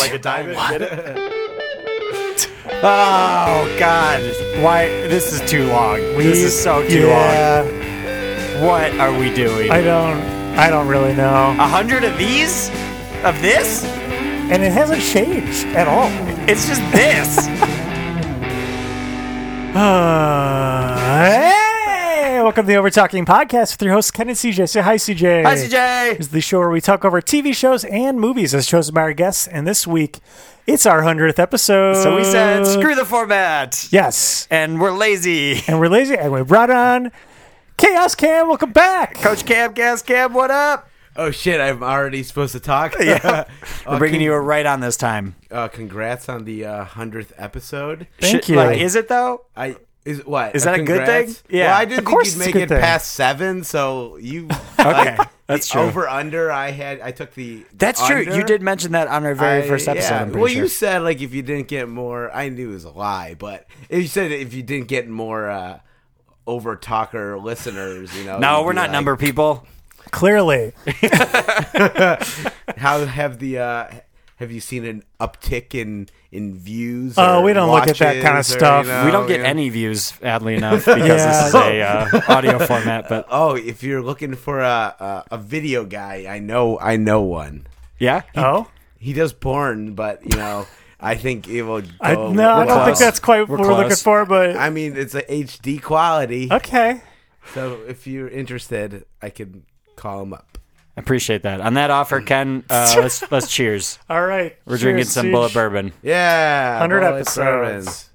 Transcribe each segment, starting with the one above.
like a diamond. Get it? Oh God! Why this is too long? We, This is so too long. What are we doing? I don't. I don't really know. A hundred of these? Of this? And it hasn't changed at all. It's just this. Uh, hey, welcome to the Over Talking Podcast with your hosts Ken and CJ. Say hi, CJ. Hi, CJ. This is the show where we talk over TV shows and movies as chosen by our guests. And this week, it's our hundredth episode. So we said, Uh, screw the format, Yes, and we're lazy. and we're lazy, and we brought on Chaos Cam. Welcome back. Coach Cam, Gas Cam, what up? Oh shit! I'm already supposed to talk. Yeah. Uh, We're bringing con- you a right on this time. Uh, congrats on the uh, hundredth episode. Thank Sh- you. Like, is it though? I is what Is that a good congrats? thing? Yeah. Well, I didn't Of course think it's a you'd make good it thing. past seven, so you. Okay, like, that's the true. Over under. I had. I took the. That's true. under. You did mention that on our very I- first episode. yeah. I'm pretty well, sure. you said like if you didn't get more, I knew it was a lie, but if you said if you didn't get more uh, over talker listeners, you know. no, you'd we're be not like, number people. Clearly, How have the uh, have you seen an uptick in in views? Oh, or we don't look at that watches kinda or, stuff. you know, we don't get you know? any views, oddly enough, because Yeah. this is a uh, audio format. But Oh, if you're looking for a, a a video guy, I know I know one. yeah, oh, He does porn, but you know, I think it will. Go I, no, I don't think close. that's quite We're what we're looking close. for. But I mean, it's a HD quality. okay, So if you're interested, I could call him up. appreciate that. On that offer, Ken, uh, let's let's cheers. all right. We're drinking some bullet burn. bourbon. Yeah, 100 bullet episodes.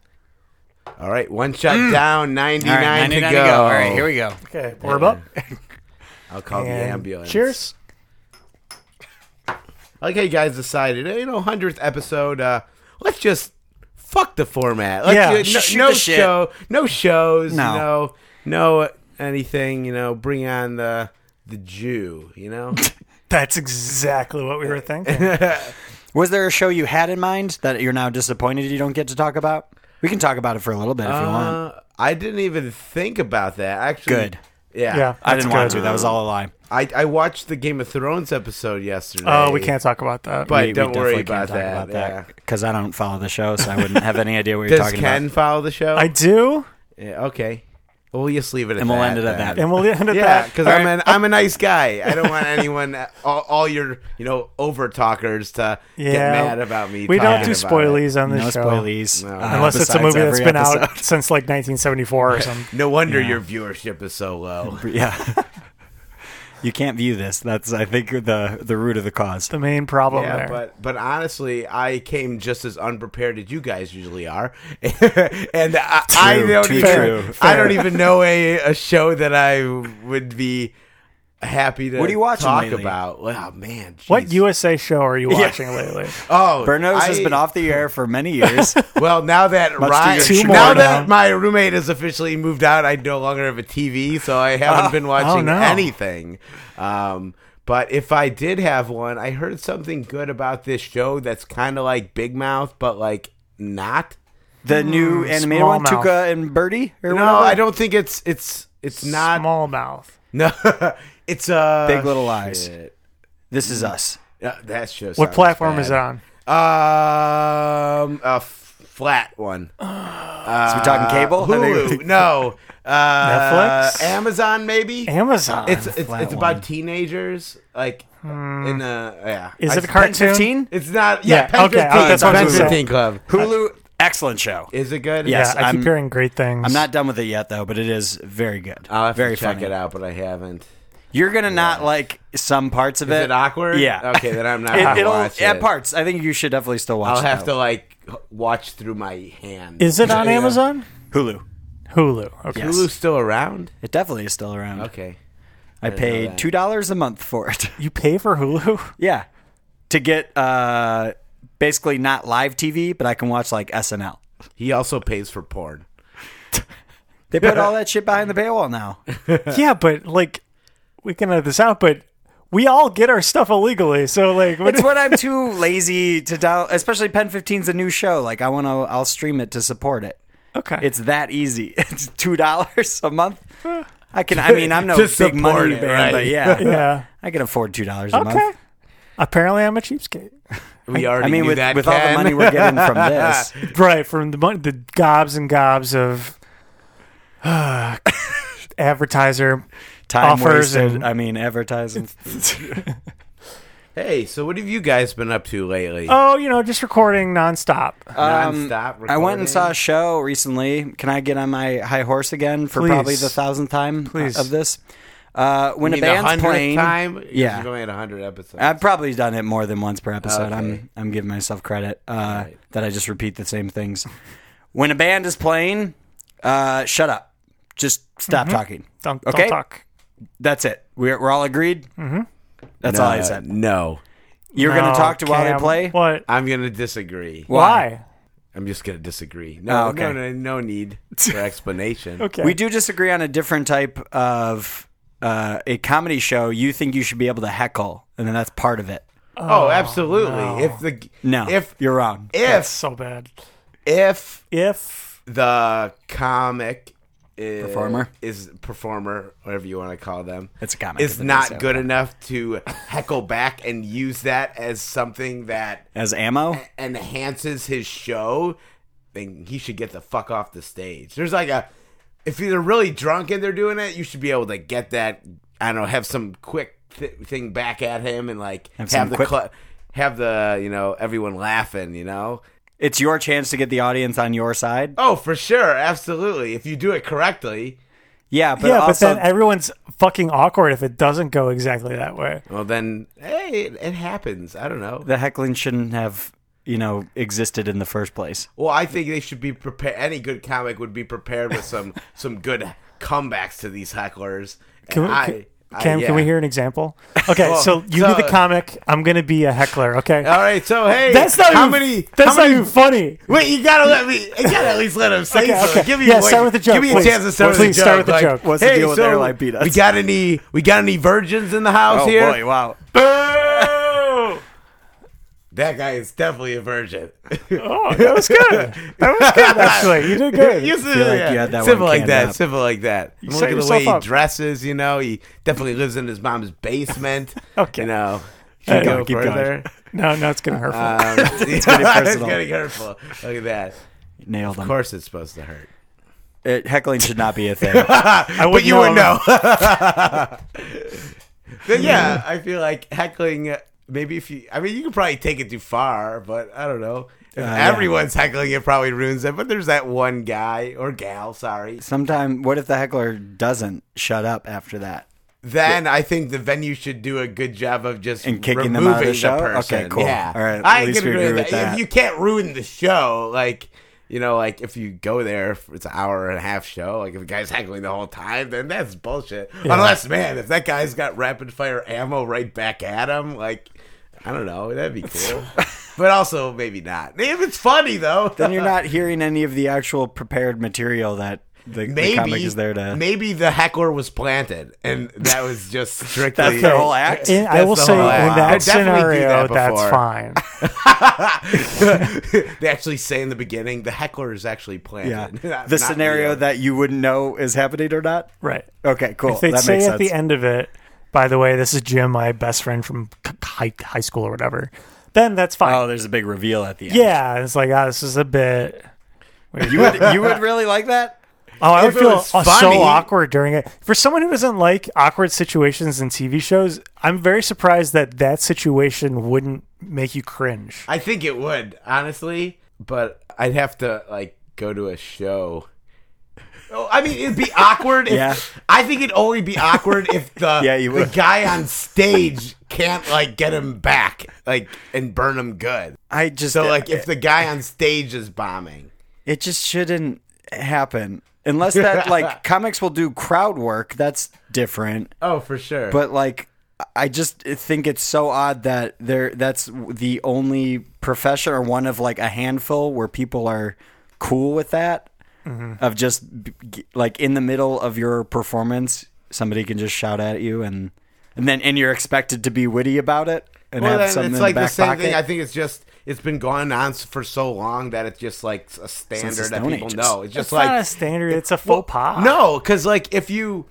bourbon. All right, one shot down, ninety Mm. All nine right, to 99 go. All right, here we go. Okay, pour 'em up. I'll call the and ambulance. Cheers. I like how you guys decided, you know, hundredth episode. Uh, let's just fuck the format. Let's Yeah, do- no, shoot no the shit. show, no shows, No. no. you know, no anything. You know, bring on the the Jew. You know, That's exactly what we were thinking. Was there a show you had in mind that you're now disappointed you don't get to talk about? We can talk about it for a little bit if you want. uh, I didn't even think about that. Actually, Good. Yeah, Yeah. I didn't that's want good. to. That was all a lie. I, I watched the Game of Thrones episode yesterday. Oh, we can't talk about that. But We- we don't definitely worry can't about talk that. yeah. because I don't follow the show, so I wouldn't have any idea what you're Does talking Ken about. follow the show? I do, yeah, okay. Well, we'll just leave it at And that. we'll end it at then. that. and we'll end at Yeah, that. because I'm an, I'm a nice guy. I don't want anyone, all, all your you know over talkers to get Yeah. mad about me. We don't talking do about it. spoilies on this No show, spoilies, No. uh, unless it's a besides movie that's every been episode. out since like 1974 or something. No wonder your viewership is so low. Yeah. you can't view this. That's I think the the root of the cause. the main problem Yeah, there. but but honestly, I came just as unprepared as you guys usually are, and I, I True, don't too even true. I don't even know a, a show that I would be happy to What are you watching talk lately? about. Wow, man, what jeez. USA show are you watching lately? Oh, Bernos has I- been off the air for many years. Well, now that Much to your Ryan, Two more now now. that my roommate has officially moved out, I no longer have a TV, so I haven't been watching Oh, no. anything. Um, but if I did have one, I heard something good about this show that's kind of like Big Mouth, but like not. the new animated small one, mouth. Tuca and Birdie, or No, whatever? I don't think it's it's it's not. Small mouth. No, it's uh, Big Little Lies. shit. This is us. Uh, that show. What platform is it on? Um, a f- flat one. Uh, So we're talking cable. I think- Hulu, no. Uh, Netflix? Amazon, maybe. Amazon. It's it's, flat it's one. about teenagers, like in a yeah. Hmm. Is I- it a cartoon? 15? It's not. Yeah, Yeah, Pen okay, I- 15. that's what I Pen was gonna 15 Club. Hulu, excellent show. Is it good? Yes. yeah, I I'm- keep hearing great things. I'm not done with it yet though, but it is very good. I'll have very to check funny. it out, but I haven't. You're gonna not like some parts of Is it. it awkward? Yeah. Okay, then I'm not. It, gonna it'll watch at it. parts. I think you should definitely still watch. I'll it, have to though. like watch through my hand. Is it on Yeah. Amazon? Hulu. Hulu. Okay. Yes. Hulu's still around? It definitely is still around. Okay. I paid that. two dollars a month for it. You pay for Hulu? yeah, to get uh, basically not live TV, but I can watch like SNL. He also pays for porn. They put all that shit behind the paywall now. yeah, but like we can edit this out, but we all get our stuff illegally. So like what It's when I'm too lazy to down. Especially Pen 15's a new show. Like I want to, I'll stream it to support it. Okay. It's that easy. It's two dollars a month. I can. I mean, I'm no To big support money it, man, right. but yeah, yeah. I can afford two dollars a Okay. month. Apparently, I'm a cheapskate. We already I mean, knew with, that. with all the Ken. money we're getting from this, Right from the mon- the gobs and gobs of advertiser. time Offers wasted. and- I mean, advertising. hey, so what have you guys been up to lately? Oh, you know, just recording nonstop. Uh, Um, Nonstop I went recording. and saw a show recently. Can I get on my high horse again for Please. probably the thousandth time Please. of this? Uh, when I a mean, band's 100th playing, time. 'Cause Yeah. you've only had hundred episodes. I've probably done it more than once per episode. Okay. I'm I'm giving myself credit uh, Alright. that I just repeat the same things. When a band is playing, uh, shut up. Just stop Mm-hmm. talking. Don't, Okay. don't talk. That's it. We're, we're all agreed. Mm-hmm. That's all I Uh, said. No, You're going No, to talk to while they Cam, play. What? I'm gonna disagree. Why? I'm just gonna disagree. No, Oh, okay. no, no, no need for explanation. Okay. We do disagree on a different type of uh, a comedy show. You think you should be able to heckle, and then that's part of it. Oh, absolutely. If the No, if you're wrong. if That's so bad. if If the comic is, Performer? is performer, whatever you want to call them, It's a comic, is isn't it? So- not good enough to heckle back and use that as something that As ammo, enhances his show, then he should get the fuck off the stage. There's like a if you're really drunk and they're doing it, you should be able to get that. I don't know, have some quick th- thing back at him and like Have have, some the quip. cl- have the you know everyone laughing. You know, it's your chance to get the audience on your side. oh for sure, absolutely. If you do it correctly, Yeah, but yeah, also but then everyone's fucking awkward if it doesn't go exactly that way. well then hey, it, it happens. I don't know. the heckling shouldn't have you know existed in the first place. Well, I think they should be prepared. Any good comic would be prepared with some some good comebacks to these hecklers. Can we, And I- can- I- Cam, can we yeah. Oh, hear an example? Okay, so you so- be the comic. I'm gonna be a heckler. Okay, All right, so hey, that's not how even, many. That's how not many- even funny. Wait, you gotta let me. You gotta at least let him say Okay, something. okay. Give me Yeah, a- start with a joke, Give me please. a chance to start Please with a joke. start with a like, joke. What's the hey, deal with so airline peanuts? We got any? We got any virgins in the house here? Oh, wow! Oh, That guy is definitely a virgin. Oh, that was good. That was good. Actually, you did good. You feel like yeah. you had that Simple one like canned that. up. Simple like that. I'm set Look at the way yourself he up. dresses. You know, he definitely lives in his mom's basement. Okay. You know. Keep Should going, go keep going. further. No, no, it's gonna hurt. Um, it's getting personal. getting hurtful. Look at that. Of Nailed them. course, it's supposed to hurt. It, heckling should not be a thing. I but wouldn't you would know. know. But yeah, I feel like heckling. uh, Maybe if you, I mean, you could probably take it too far, but I don't know. Uh, If everyone's heckling, it probably ruins it. But there's that one guy or gal, sorry. Sometime, what if the heckler doesn't shut up after that? Then I think the venue should do a good job of just And kicking them removing out of the show? Okay, person. cool. Yeah, All right, at I least can we agree with agree that. with that. If you can't ruin the show, like you know, like if you go there, if it's an hour and a half show. Like if a guy's heckling the whole time, then that's bullshit. Unless, man, if that guy's got rapid fire ammo right back at him, like I don't know, that'd be cool. but also maybe not. If it's funny though, Then you're not hearing any of the actual prepared material that the, the comic maybe is there to. maybe the heckler was planted, and that was just strictly That's their whole act. In, I That's will the say, in whole idea. I that scenario, that's definitely do that before. Oh, fine. they actually say in the beginning the heckler is actually yeah, planted. Not- the not scenario real. that you wouldn't know is happening or not. Right. Okay, cool. If they that say makes at sense. the end of it, by the way, this is Jim, my best friend from c- high, high school or whatever, then that's fine. oh, there's a big reveal at the end. yeah, it's like, ah, this is a bit. you would you would really like that? Oh, I would If it feel was uh, funny- so awkward during it. For someone who doesn't like awkward situations in TV shows, I'm very surprised that that situation wouldn't make you cringe. I think it would honestly, but I'd have to like go to a show. Oh, I mean, it'd be awkward. If, Yeah. I think it'd only be awkward if the Yeah, you the would. guy on stage can't like get him back, like and burn him good. I just So like, if the guy on stage is bombing, It just shouldn't happen. Unless that like comics will do crowd work, that's different. oh for sure. But like I just think it's so odd that there that's the only profession or one of like a handful where people are cool with that Mm-hmm. of just b- g- like in the middle of your performance somebody can just shout at you and and then and you're expected to be witty about it and Well, have then something it's in like the the, back same pocket. thing. I think it's just it's been going on s- for so long that it's just like a the standard that Stone people Ages. know. It's just It's like not a standard, it's a faux pas. no, because like if you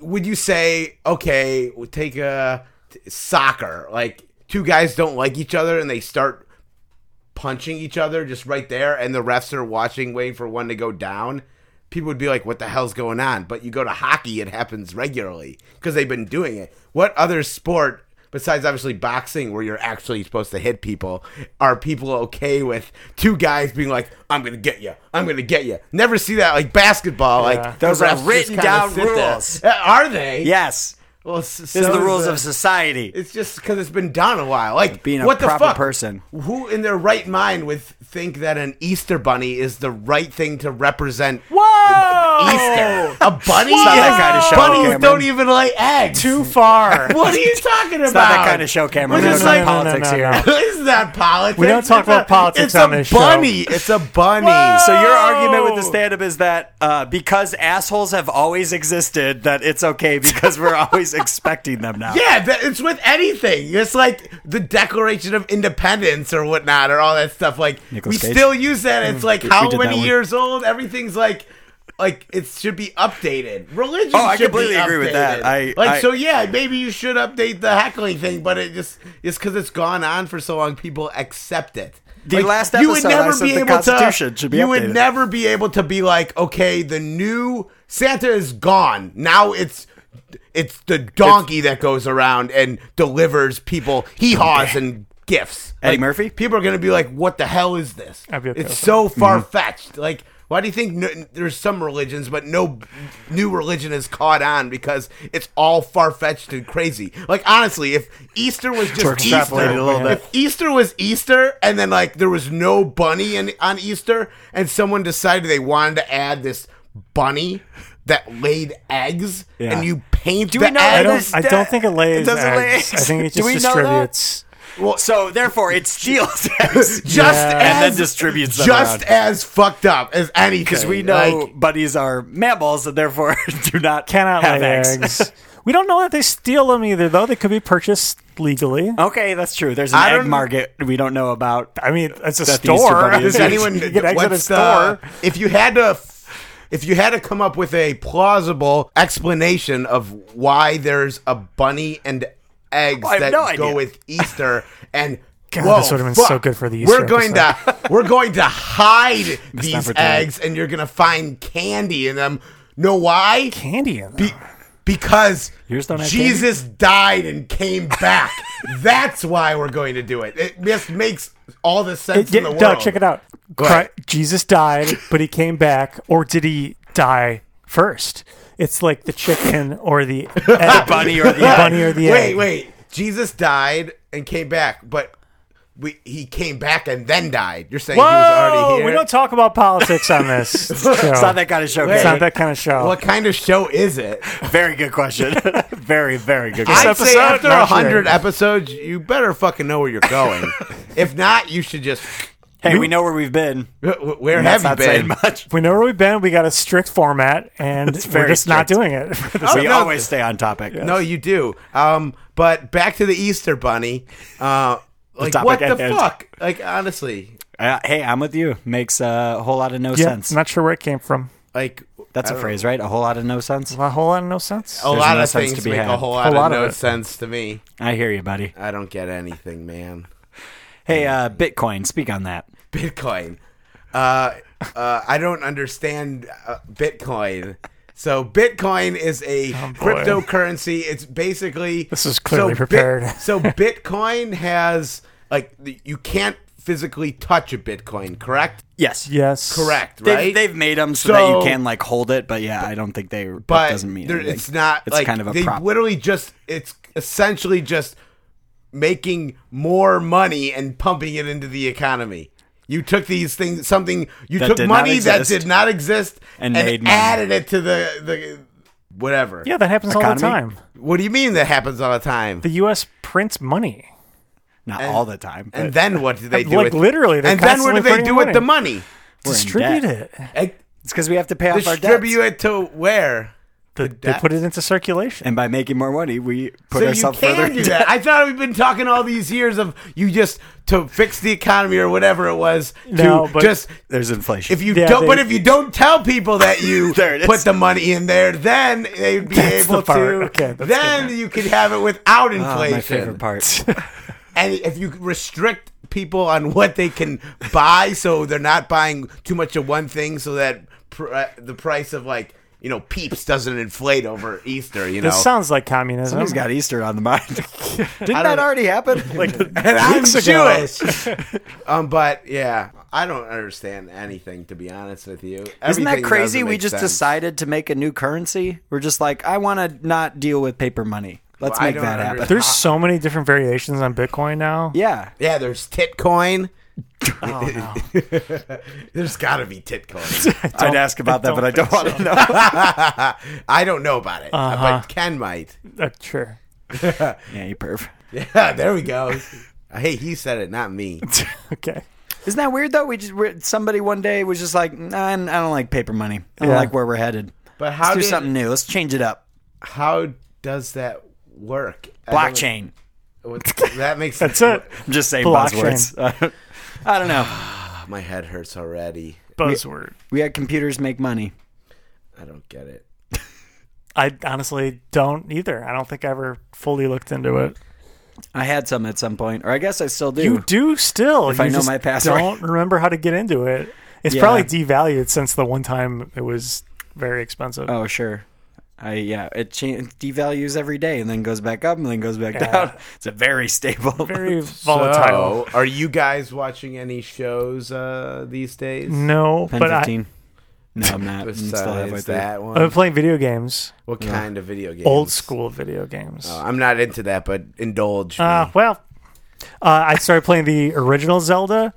would you say okay, we'll take a t- soccer like. two guys don't like each other and they start punching each other just right there, and the refs are watching, waiting for one to go down. People would be like, "What the hell's going on?" But you go to hockey, it happens regularly because they've been doing it. What other sport besides obviously boxing, where you're actually supposed to hit people, are people okay with two guys being like, "I'm gonna get you, I'm gonna get you"? Never see that like basketball. Yeah. Like the Those are refs just written kinda down sit there. rules. Uh, Are they? Yes. Well, s- so This is the rules the- of society. It's just because it's been done a while. Like Being a what the proper fuck? person. Who in their right mind would think that an Easter bunny is the right thing to represent Oh! Whoa! Easter? A bunny? It's not that kind of show, Bunnies Cameron. don't even lay eggs. Too far. What are you talking about? It's not that kind of show, Cameron. We're We're just not like- talking politics No, no, no, here. no. This is not politics. We don't talk It's about a- politics it's on a this show. bunny. It's a bunny. So your argument with the Whoa! stand-up is that uh, because assholes have always existed, that it's okay because we're always expecting them now. Yeah, that, it's with anything. It's like the Declaration of Independence or whatnot, or all that stuff. Like Nicolas we Cage. Mm. still use that. It's like how did that many one. years old? Everything's like. Like it should be updated. Religion. Oh, I should be completely agree with that. updated. I- like I- so. Yeah, maybe you should update the heckling thing, but it just it's because it's gone on for so long. People accept it. The Like, last episode, I said the Constitution should be You updated. would never be able to be like, okay, the new Santa is gone. Now it's it's the donkey that goes around and delivers people hee haws and gifts. Eddie Like, Murphy? People are gonna be like, what the hell is this? I'd be okay it's with so far fetched. Like. Why do you think no, there's some religions, but no new religion has caught on because it's all far fetched and crazy? Like honestly, if Easter was just We're Easter, extrapolating a little bit. if Easter was Easter, and then like there was no bunny in, on Easter, and someone decided they wanted to add this bunny that laid eggs, Yeah. and you paint Do the we know I egg. It is don't. I that- don't think it lays it doesn't lay eggs. I eggs. think it Do just we know that? distributes. Well, So therefore, it steals eggs. just Yeah. as And then distributes them just around. as fucked up as anything because we know Like, bunnies are mammals and therefore do not Cannot have lay eggs. eggs. we don't know that they steal them either, though. They could be purchased legally. Okay, that's true. There's an I egg don't- market we don't know about. I mean, it's a That the Easter store. Bunny is does Dude, anyone you get eggs at a what's store? the- if you had to if you had to come up with a plausible explanation of why there's a bunny and eggs I have that no go idea. with Easter and God, whoa, this would've been fuck, so good for the We're Easter going to we're going to hide these for tonight. eggs and you're going to find candy in them. Know why? candy in them. Be- because Yours don't have Jesus died and came back. That's why we're going to do it. It just makes all the sense Yeah, in the world. Doug, check it out. ahead. Cri- Jesus died, but he came back, or did he die first? It's like the chicken or the egg. Bunny or the The egg. bunny or the wait, egg. wait. Jesus died and came back, but we, he came back and then died. You're saying Whoa! he was already here. We don't talk about politics on this. show. It's not that kind of show. It's Kevin. not that kind of show. what kind of show is it? Very good question. very, very good I'd question. episode? say after Not a hundred sure. episodes, you better fucking know where you're going. if not, you should just hey, we know where we've been. wh- where That's have you not saying been? much. We know where we've been. We got a strict format, and we're very just not strict. Oh, doing it. For this We no. always stay on topic. No, you do. Um, but back to the Easter Bunny. Uh, like topic what at the hand. fuck? Like honestly, Uh, hey, I'm with you. Makes uh, a whole lot of no yeah, sense. not sure where it came from. like That's a I don't- phrase, right? A whole lot of no sense. A whole lot of no sense. A There's lot no of sense things to be make a had. whole lot A lot of of no it. sense to me. I hear you, buddy. I don't get anything, man. Hey, uh, Bitcoin, speak on that. Bitcoin. Uh, uh, I don't understand uh, Bitcoin. So Bitcoin is a Oh, boy. cryptocurrency. It's basically This is clearly Bit- prepared. so Bitcoin has like the- you can't physically touch a Bitcoin, correct? Yes. Yes, Correct, They've, right? they've made them so, that you So- can like hold it, but yeah, I don't think they. but that doesn't mean there- anything. it's not. It's like, kind of a they prop. literally just it's essentially just making more money and pumping it into the economy. You took these things, something you That took did not money that exist did not exist and made money. added it to the the whatever. Yeah, that happens all Economy? the time. What do you mean that happens all the time? The U.S. prints money. not all the time. and but then what do they do? Like, with, literally, they're and then what constantly do they printing do with money. the money? we're in Distribute debt. it. Like, It's because we have to pay off our debt. Distribute it to where? They- they debt. put it into circulation. And by making more money, we put So you ourselves can further. do that. I thought we've been talking all these years of you just to fix the economy or whatever it was. No, to but- just There's inflation. if you Yeah, don't, but they- if you don't tell people that you There it is. put the money in there, then they'd be That's the able to. part. Okay, that's then you could have it without oh, inflation. my favorite part. and if you restrict people on what they can buy, so they're not buying too much of one thing, so that pr- uh, the price of like you know peeps doesn't inflate over Easter. You know, This sounds like communism. He's got Easter on the mind. Didn't that uh, know. already happen? Like, and I'm Weeks ago. Jewish. um, but yeah, I don't understand anything to be honest with you. isn't that Everything crazy? doesn't We make just sense. decided to make a new currency. We're just like, I want to not deal with paper money. Let's Well, I make don't that happen. understand. There's so many different variations on Bitcoin now. Yeah. Yeah, there's Titcoin. Oh, there's got to be Titcoin. I'd ask about that, don't but I don't want to know. I don't know about it, Uh-huh. uh, but Ken might. Uh, sure. Yeah, you perv. Yeah, there we go. hey, he said it, not me. okay. Isn't that weird though? We just we're, somebody one day was just like, nah, I don't like paper money. I don't Yeah. like where we're headed. But how Let's do did- something new. Let's change it up. How does that work? I don't- Blockchain. What- That makes That's it. I'm just saying Blockchain. buzzwords. I don't know. Oh, My head hurts already. Buzzword. We had computers make money. I don't get it. I honestly don't either. I don't think I ever fully looked into it. I had some at some point, or I guess I still do. You do still. If you I know just my password. don't remember how to get into it. It's Yeah. probably devalued since the one time it was very expensive. Oh sure. I yeah. It cha- it devalues every day and then goes back up and then goes back Yeah. down. It's a very stable. very volatile. So, are you guys watching any shows uh, these days? no, 10, but I, 15. no, I'm not. I'm Mm, still halfway Besides through. that one, I've been playing video games, what kind of video games? old school video Uh, games. Oh, I'm not into that, but indulge. Uh, Ah, me. well, uh, I started playing the original Zelda,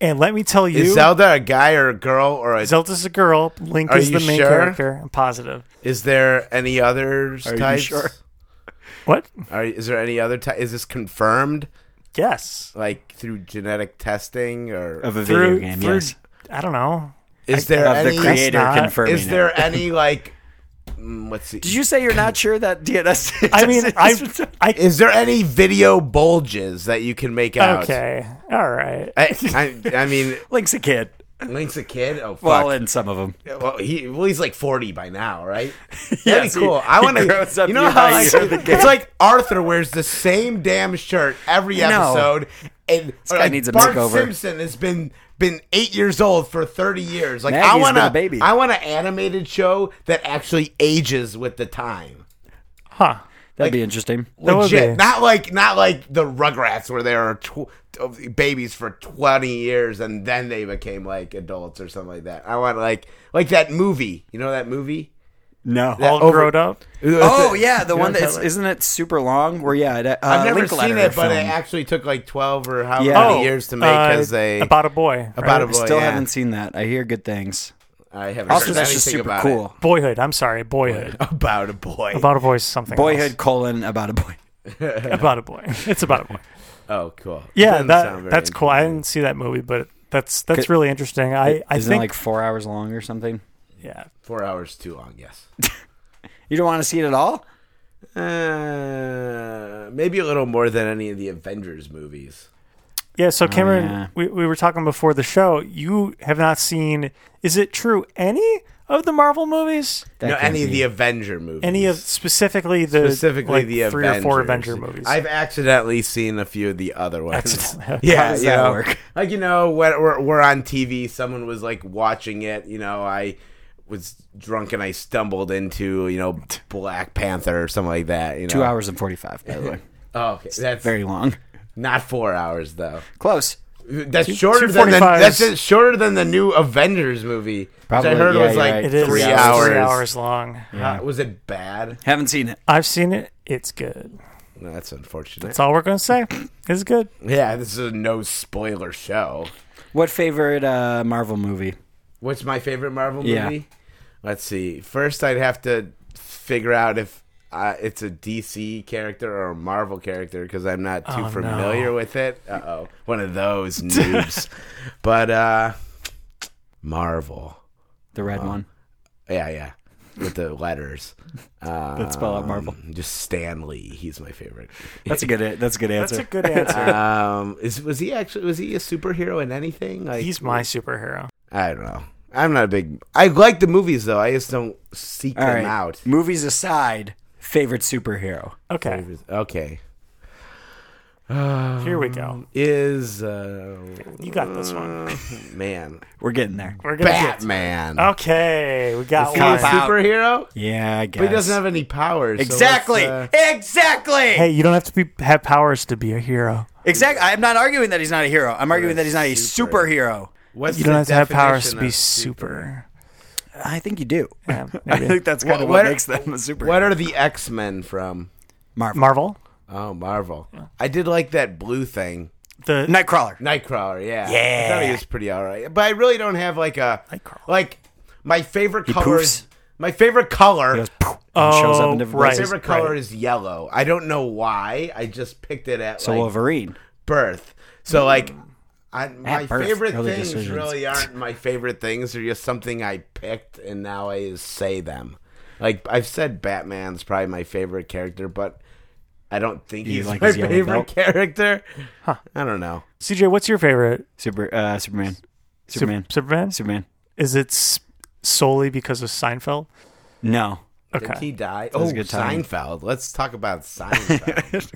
and let me tell you, Is Zelda a guy or a girl or a, Zelda's a girl. Link Are is you the main sure? character. I'm positive. is there any other you types? sure? What? Are, is there any other type? Is this confirmed, Yes. like through genetic testing, or of a video Through, game. through Yes. I don't know. is there Of any? the creator not- confirming. E is it. there any like? mm, let's see. Did you say you're not sure that DNS? I mean, I, I Is there any video bulges that you can make out? okay, all right. I, I, I mean, Link's a kid. Link's a kid. Oh fuck. Well, Well, in some of them, he, well he's like forty by now, right? That'd Yes, be he- cool. I he want to. grows up You know year how by like, year of the it's like Arthur wears the same damn shirt every No. episode, and guy like, needs a Bart makeover. Simpson has been been eight years old for thirty years. Like I Maggie's want been a baby. I want an animated show that actually ages with the time. Huh? that'd be interesting. That would Legit. be- Not like not like the Rugrats where they were tw- babies for 20 years and then they became like adults or something like that. I want like like that movie. You know that movie? No. All over- grown up. oh yeah, the one know that's what I'm isn't it super long? Where yeah, it, uh, I've never Link seen Letter it, but it film. actually took like 12 or how Yeah. many Oh, years to make because Uh, they about a boy. about a right? boy. still yeah. haven't seen that. I hear good things. I haven't Also, heard that's just anything super about cool. Boyhood. I'm sorry. Boyhood. it. About a boy. About a boy. is Something. Boyhood else. colon about a boy. About a boy. It's about a boy. oh, cool. Yeah, Doesn't sound that very that's cool. I interesting. didn't see that movie, but that's that's really interesting. I I Isn't think it like four hours long or something? yeah. Four hours too long. Yes. You don't want to see it at all? Uh, maybe a little more than any of the Avengers movies. Yeah, so Cameron, yeah. we, we were talking before the show. You have not seen, is it true, any of the Marvel movies? That no, can't any of be. the Avenger movies. Any of specifically the specifically like, the three Avengers. or four Avenger movies? I've accidentally seen a few of the other ones. Accidentally. yeah, How does you that know, work? Like you know, when we're, we're on TV, someone was like watching it. You know, I was drunk and I stumbled into you know Black Panther or something like that. You know, two hours and forty five. By the way, Oh, okay. that's very long. not four hours though. Close. That's shorter than the, 245s. that's it, shorter than the new Avengers movie, Probably, which I heard yeah, was you're like right. it is three three hours. hours long. Uh, was it bad? Haven't seen it. I've seen it. It's good. No, that's unfortunate. That's all we're going to say. It's good. Yeah, this is a no spoiler show. What favorite uh, Marvel movie? What's my favorite Marvel movie? Yeah. Let's see. First, I'd have to figure out if uh, it's a DC character or a Marvel character because I'm not too Oh, familiar no. with it. Uh oh, one of those noobs. but uh, Marvel. The red Uh, one. Yeah, yeah. With the letters. Um, Let's spell out Marvel. Just Stanley. He's my favorite. That's a good. That's a good answer. That's a good answer. um, is was he actually was he a superhero in anything? Like He's my superhero. I don't know. I'm not a big. I like the movies though. I just don't seek All them right. out. Movies aside, favorite superhero. Okay. Okay. Here we go. is uh, You got this one. man We're getting there. We're gonna get- Uh, Batman. Okay, we got Is he a one. superhero? Yeah, I guess. But he doesn't have any powers. so exactly. what's, uh, exactly. Hey, you don't have to be have powers to be a hero. Exactly. I'm not arguing that he's not a hero. I'm arguing that he's not a super. superhero. what's You don't the have to have powers to definition be of super. I think you do. Yeah, I maybe. think that's kind of what, What- what- makes them a superhero. What are the X Men from? Marvel. Marvel, Oh, Marvel. I did like that blue thing. the Nightcrawler. Nightcrawler, yeah. Yeah. I thought he was pretty alright. But I really don't have like a Nightcrawler. like my favorite color poofs. is my favorite color He goes, "Poof," and shows up in Oh, different right. my places. favorite color is yellow. I don't know why. I just picked it at So like Wolverine. birth. So like I, my birth, favorite early things decisions. really aren't my favorite things. They're just something I picked and now I just say them. Like I've said, Batman's probably my favorite character, but I don't think he's like my his yellow favorite belt? character. I don't know. CJ. What's your favorite Super uh, Superman. Sup- Superman. Superman? Superman. Is it s- solely because of Seinfeld? No. Did Okay. he die? was Oh, a good time. Seinfeld. Let's talk about Seinfeld.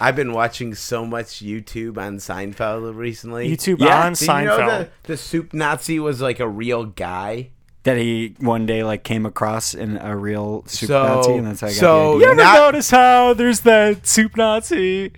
I've been watching so much YouTube on Seinfeld recently. YouTube Yeah. on Did Seinfeld. you know the, the soup Nazi was like a real guy? That he one day like came across in a real super So- Nazi, and that's how I got so- the you idea. ever Not- notice how there's that soup Nazi?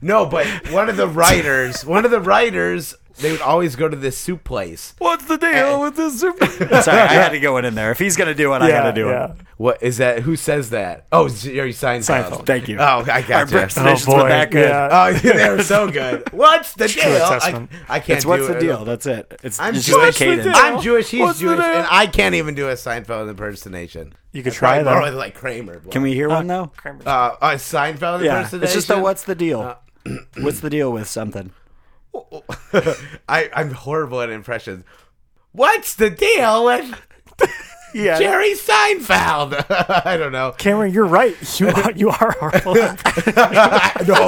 No, but one of the writers, one of the writers, they would always go to this soup place. What's the deal with this soup? Sorry, I had to go in there. If he's gonna do it, I gotta do it. What is that? Who says that? Oh, Jerry Seinfeld. Seinfeld. Thank you. Oh, I Our got British you. traditions were boy, that good. yeah. Oh, yeah, they were so good. What's the deal? I, assessment. I can't. It's what's do the it. deal? That's it. It's I'm just Jewish. like cadence. I'm Jewish. He's What's the Jewish, deal? and I can't even do a Seinfeld impersonation. You could I try probably that. like Kramer. but- Can we hear one though? Uh, a Seinfeld Yeah, impersonation. it's just the what's the deal? what's the deal with something? I, I'm horrible at impressions. What's the deal with Yeah. Jerry Seinfeld? I don't know. Cameron, you're right. You are, you are horrible. no,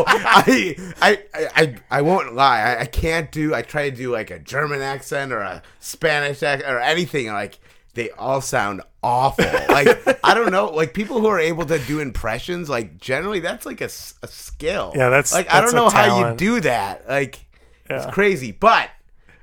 I, I, I, I, I won't lie. I, I can't do. I try to do like a German accent or a Spanish accent or anything. and, Like they all sound awful. Like I don't know. Like people who are able to do impressions, like generally that's like a, s- a skill. Yeah, that's- like I that's don't a know how you talent. do that. Like Yeah. it's crazy, but.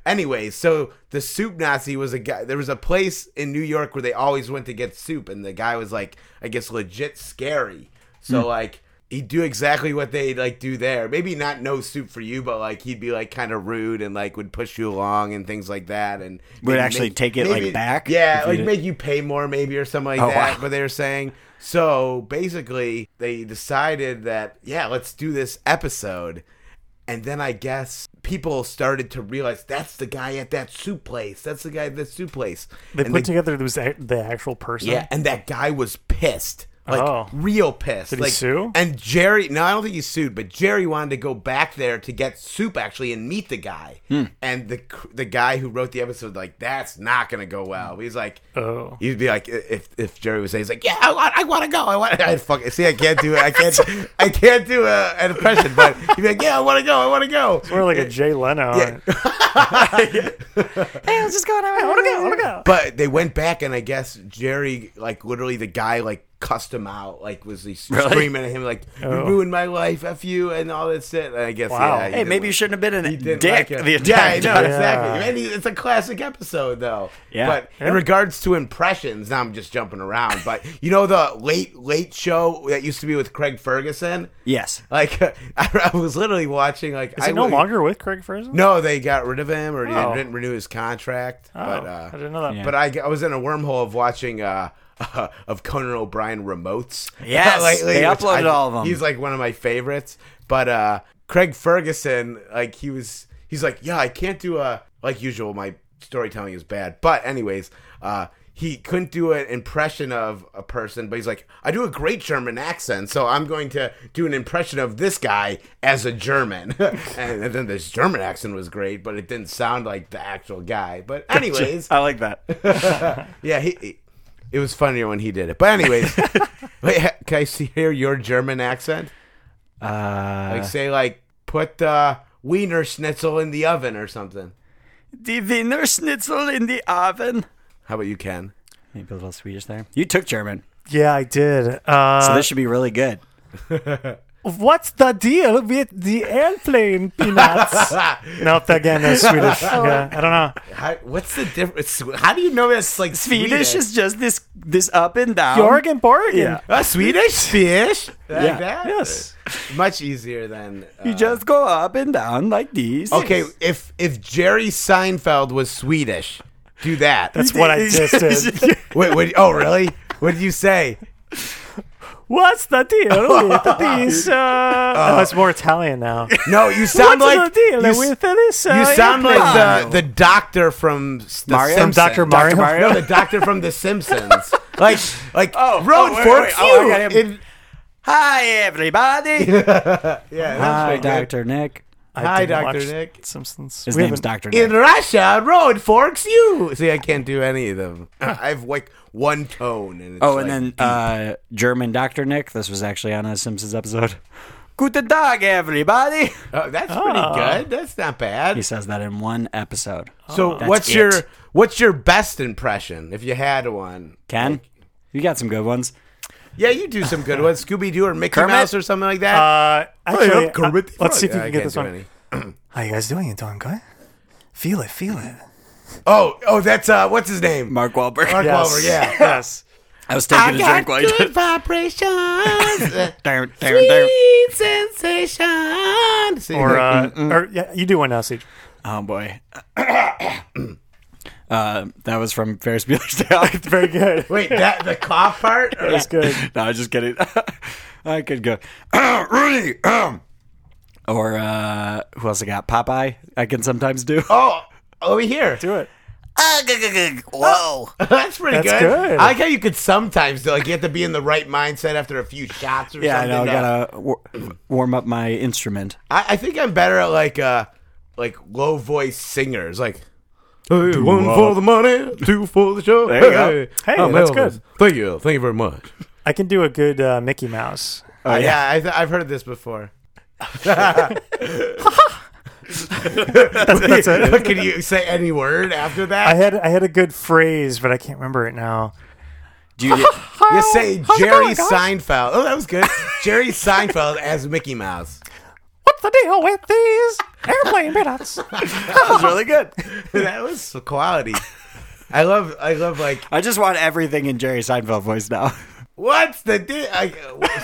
Anyways, so the soup Nazi was a guy. There was a place in New York where they always went to get soup, and the guy was like, I guess, legit scary. So Hmm. like, he'd do exactly what they like do there. Maybe not no soup for you, but like he'd be like kind of rude and like would push you along and things like that, and Would and actually take it, like, back Yeah, if you like did- make you pay more maybe or something like Oh, that. wow. But they were saying so basically they decided that yeah, let's do this episode. And then I guess people started to realize that's the guy at that soup place. That's the guy at that soup place. they And put together was a- the actual person. yeah, and that guy was pissed. Like Oh. real pissed. he like sue? and Jerry no, I don't think he sued, but Jerry wanted to go back there to get soup actually and meet the guy. And the the guy who wrote the episode like that's not going to go well. He's like Oh. You'd be like if if Jerry was saying, he's like, yeah, I want, I want to go, I want. I fuck. See, I can't do it. I can't. I can't do a, an impression. But you'd be like, yeah, I want to go. I want to go. Or like a Jay Leno. Hey, let's just go. I wanna go, I wanna go. But they went back, and I guess Jerry, like literally, the guy like cussed him out. Like was he screaming at him, like Oh. you ruined my life, f you, and all that shit. And I guess Wow. yeah, he Hey, didn't maybe you like- shouldn't have been he an didn't dick like it. the yeah, I entire know time. exactly. And he- it's a classic episode though. Yeah. But Yeah. in regards to impressions, now I'm just jumping around. But you know the late late show that used to be with Craig Ferguson. Yes. Like I, I was literally watching. Like Is I he no would- longer with Craig Ferguson? No, they got rid of him, or they Oh. didn't renew his contract. Oh, but I uh, didn't know that. Yeah. but I, I was in a wormhole of watching uh, of Conan O'Brien remotes. Yes, they which uploaded all of 'em. He's like one of my favorites. But uh, Craig Ferguson, like he was, he's like, yeah, I can't do a like usual. My storytelling is bad. But anyways, uh, he couldn't do an impression of a person. But he's like, I do a great German accent, so I'm going to do an impression of this guy as a German. and, and then this German accent was great, but it didn't sound like the actual guy. But anyways, I like that. yeah, he, he- it was funnier when he did it. But anyways, wait, ha- can I see, hear your German accent? Like Uh, say like put the wiener schnitzel in the oven or something. the Wiener Schnitzel in the oven. How about you, Ken? Maybe a little Swedish there. You took German, Yeah, I did. Uh, so this should be really good. What's the deal with the airplane peanuts? no, again, that's Swedish. Yeah, I don't know. How, what's the difference? How do you know that's like Swedish is just this this up and down. Jorgen Borgen. Yeah. Uh, Swedish? Fish? Like Yeah. that? Yes. Much easier than. You uh, just go up and down like these. Okay, if if Jerry Seinfeld was Swedish, do that. That's what I just did. wait, wait. Oh, really? What did you say? What's the deal with this? Uh, oh, it's more Italian now. No, you sound What's like the deal you, s- with this? you uh, sound airplane? like the the doctor from s- the Mario? Simpsons. From Dr. Mario? No, the doctor from the Simpsons. like like Oh, road oh, wait, wait, forks oh, you. I got him. in- Hi everybody. yeah, that's Hi, pretty good. Doctor Nick. I Hi, didn't Dr. watch Nick. Simpsons. His We name's haven't- Doctor In Nick. Russia, road forks you. See, I can't do any of them. I have like one tone. And it's Oh, and like- then uh, German Doctor Nick. This was actually on a Simpsons episode. Guten Tag, everybody. Oh, that's pretty Oh. good. That's not bad. He says that in one episode. So That's what's it. your what's your best impression if you had one? Ken, you got some good ones. Yeah, you do some good ones, Scooby Doo or Mickey Kermit? Mouse or something like that. Uh, Hey, actually, I'm Kermit uh, the let's see if Frog. we can get I can't this do one. any. How you guys doing? You doing good? Feel it, feel it. Oh, oh, that's uh, what's his name? Mark Wahlberg. Mark Wahlberg. Yeah. yes. I was taking a drink while you did. vibrations, Darn, darn, darn. sensation. See, Or, uh, Mm-hmm. or yeah, you do one now, Siege. Oh boy. uh, that was from Ferris Bueller's Day Off. Very good. wait, that the cough part. Or, That's good. no, I'm just kidding. I could go Rudy. um. Or uh, who else I got? Popeye. I can sometimes do. oh, over here. Do it. Ah, Whoa. That's pretty That's good. good. I like how you could sometimes like you have to be in the right mindset after a few shots or Yeah, I know. I something. to- gotta war- warm up my instrument. I, I think I'm better at like uh like low voice singers like hey, one uh, for the money, two for the show. There you go. Hey, I'm that's Elvis. good. Thank you, thank you very much. I can do a good uh, Mickey Mouse. Uh, yeah, I th- I've heard this before. that's, it. Can you say any word after I that? had I had a good phrase, but I can't remember it now. Do you get, you say how's it going, Jerry guys? Seinfeld. Oh, that was good. Jerry Seinfeld as Mickey Mouse. What's the deal with these airplane peanuts? that was really good. that was quality. I love, I love like I just want everything in Jerry Seinfeld voice now. What's the di- I,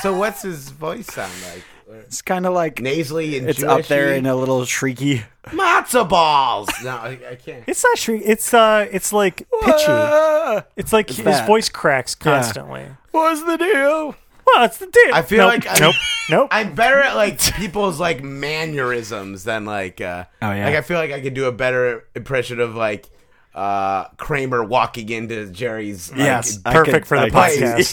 so? What's his voice sound like? It's kind of like Nasally and it's up there Jewishy? and a little shrieky. matzo balls. No, I, I can't. Uh, It's not shriek. It's uh, it's like pitchy. It's like his that. voice cracks constantly. What's the deal? What's the deal? I feel Nope. like I'm- nope, nope. I'm better at like people's like mannerisms than like. Uh, Oh, yeah. Like I feel like I could do a better impression of like uh Kramer walking into Jerry's. Like, Yes, I perfect could- for the I could place. podcast.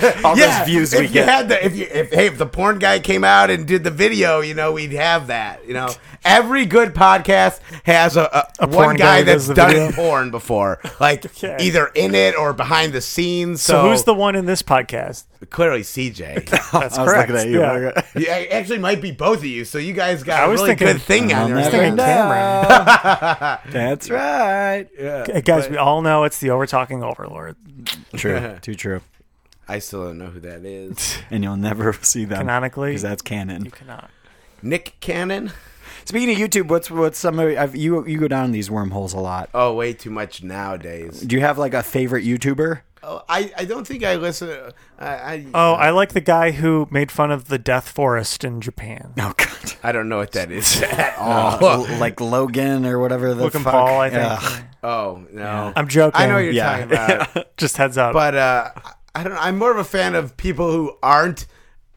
see- But All those yeah, views if we you get. had the if you if hey if the porn guy came out and did the video, you know we'd have that. You know every good podcast has a, a, one porn guy guy, who that's does the done video. porn before, like Okay. either in it or behind the scenes. So, so who's the one in this podcast? clearly CJ? That's I was correct. looking at you. Yeah. Yeah, it actually might be both of you. So you guys got I a was really thinking- good thing on your I'll never hands. thinking know. That's right. Hey, guys, we all know it's the over talking overlord. True. Too true. I still don't know who that is. And you'll never see them Canonically, because that's canon. you cannot. Nick Cannon. Speaking of YouTube, what's what's some of I've, you you go down these wormholes a lot. Oh, way too much nowadays. Do you have like a favorite YouTuber? Oh, I, I don't think I listen. I I, Oh, I like the guy who made fun of the death forest in Japan. Oh God, Uh, I don't know what that is at all. Uh, l- like Logan or whatever the Logan fuck. Paul, I think. Ugh. Oh no, I'm joking. I know what you're Yeah. talking about, Just heads up. but uh, I don't. know. I'm more of a fan of people who aren't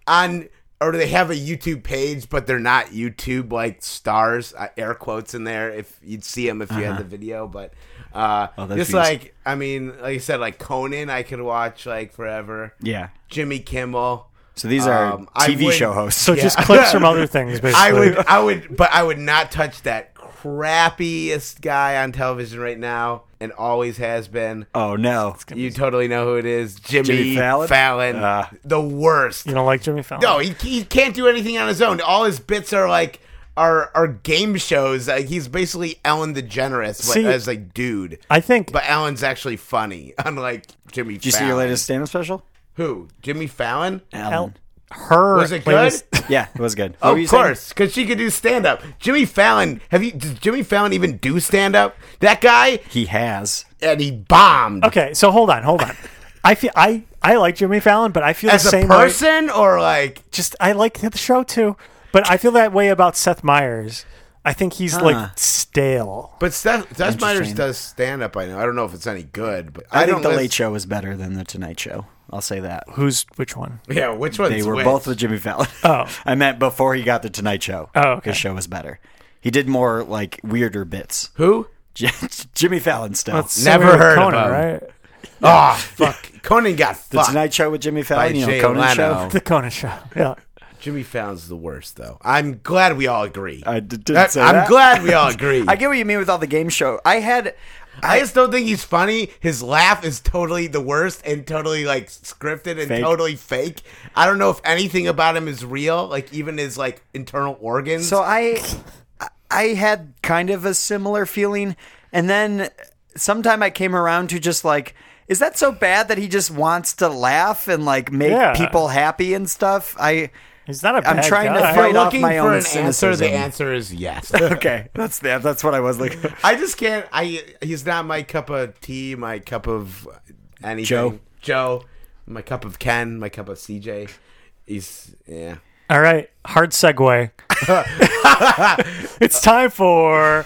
on or they have a YouTube page, but they're not YouTube like stars. Uh, air quotes in there if you'd see them if you Uh-huh. had the video, but uh, those just views. like I mean, like you said, like Conan, I could watch like forever. Yeah. Jimmy Kimmel. So these are Um, I TV would- show hosts. so just clips from other things, basically. I would, I would, but I would not touch that crappiest guy on television right now, and always has been. oh no. You totally know who it is, Jimmy, Jimmy Fallon? Fallon. Ah. the worst. You don't like Jimmy Fallon? No, he, he can't do anything on his own. All his bits are like are are game shows. Like he's basically Ellen DeGeneres but See- as like dude. I think but Ellen's actually funny, unlike Jimmy. Did you see your latest stand-up special? Who? Jimmy Fallon? Ellen. her um, Was it playlist. good? Yeah, it was good. What Of were you saying? course, because she could do stand up. Jimmy Fallon, have you? Does Jimmy Fallon even do stand up? That guy, He has. and he bombed. Okay, so hold on, hold on. I feel I I like Jimmy Fallon, but I feel As the a same way. person, or like Just I like the show too, but I feel that way about Seth Meyers. I think he's Huh. like stale. But Seth, Seth Meyers Interesting. does stand up. I know. I don't know if it's any good, but I, I, think don't. the listen- Late Show was better than the Tonight Show. I'll say that. Who's which one? Yeah, which one's They were which? both with Jimmy Fallon. Oh. I meant before he got the Tonight Show. Oh, okay. His show was better. He did more like weirder bits. who? Jimmy Fallon still. That's Never similar to heard of Conan, him. right? Oh fuck! Conan got the fucked. Tonight Show with Jimmy Fallon, by you know, Jay Conan Leno. show. The Conan show. Yeah. Jimmy Fallon's the worst, though. I'm glad we all agree. I d- didn't That- say I'm that. glad we all agree. I I, get what you mean with all the game show. I had I just don't think he's funny. His laugh is totally the worst and totally like scripted and Fake. totally fake. I don't know if anything about him is real. Like even his like internal organs. so I I had kind of a similar feeling and then sometime I came around to just like is that so bad that he just wants to laugh and like make Yeah. people happy and stuff? I He's not a I'm bad trying to guy. if you're fight off looking my for own an answer, the cynicism. answer is yes. okay, that's that. That's what I was like. I just can't. I he's not my cup of tea, my cup of anything. Joe. Joe, my cup of Ken, my cup of CJ. He's yeah. All right, hard segue. it's time for.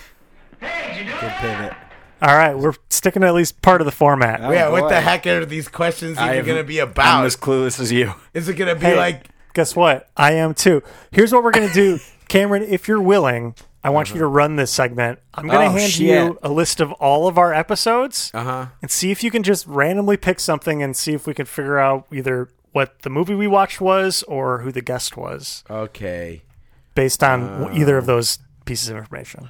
All right, we're sticking to at least part of the format. yeah, what Oh, boy. the heck are these questions I even am- going to be I'm about? as clueless as you. Is it going to be Hey, like guess what? I am too. Here's what we're gonna do, Cameron. If you're willing, I want Uh-huh. you to run this segment. I'm gonna Oh, hand shit. you a list of all of our episodes, Uh-huh. and see if you can just randomly pick something and see if we can figure out either what the movie we watched was or who the guest was okay? based on Uh, w- either of those pieces of information.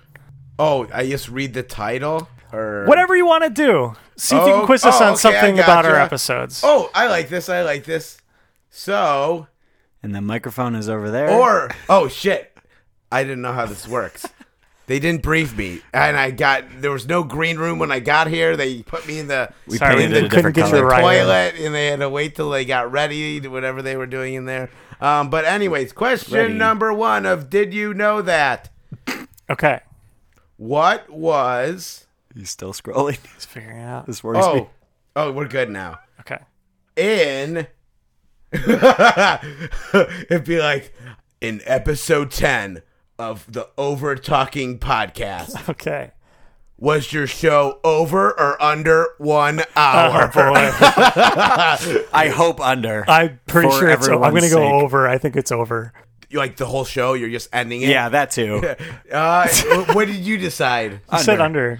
Oh, I just read the title or Whatever you want to do, see if you Oh, can quiz us oh, on okay, I something about our gotcha. episodes. Oh, I like this. I like this. So And the microphone is over there. or oh shit, I didn't know how this works. They didn't brief me, and I got there was no green room when I got here. They put me in the we Sorry, painted we it a couldn't different get you color. right. toilet and they had to wait till they got ready to whatever they were doing in there. Um, but anyways, question Ready. number one of did you know that? Okay, What was He's still scrolling. let's figure it out. This worries me. Oh Oh we're good now. Okay, In it'd be like in episode ten of the over talking podcast. okay. Was your show over or under one Uh, hour? Uh-huh. Boy, I hope under. I'm pretty For sure it's. o- I'm everyone's gonna go sake. over. I think it's over. like the whole show, you're just ending it. yeah, that too. Uh, wh- what did you decide? I said under.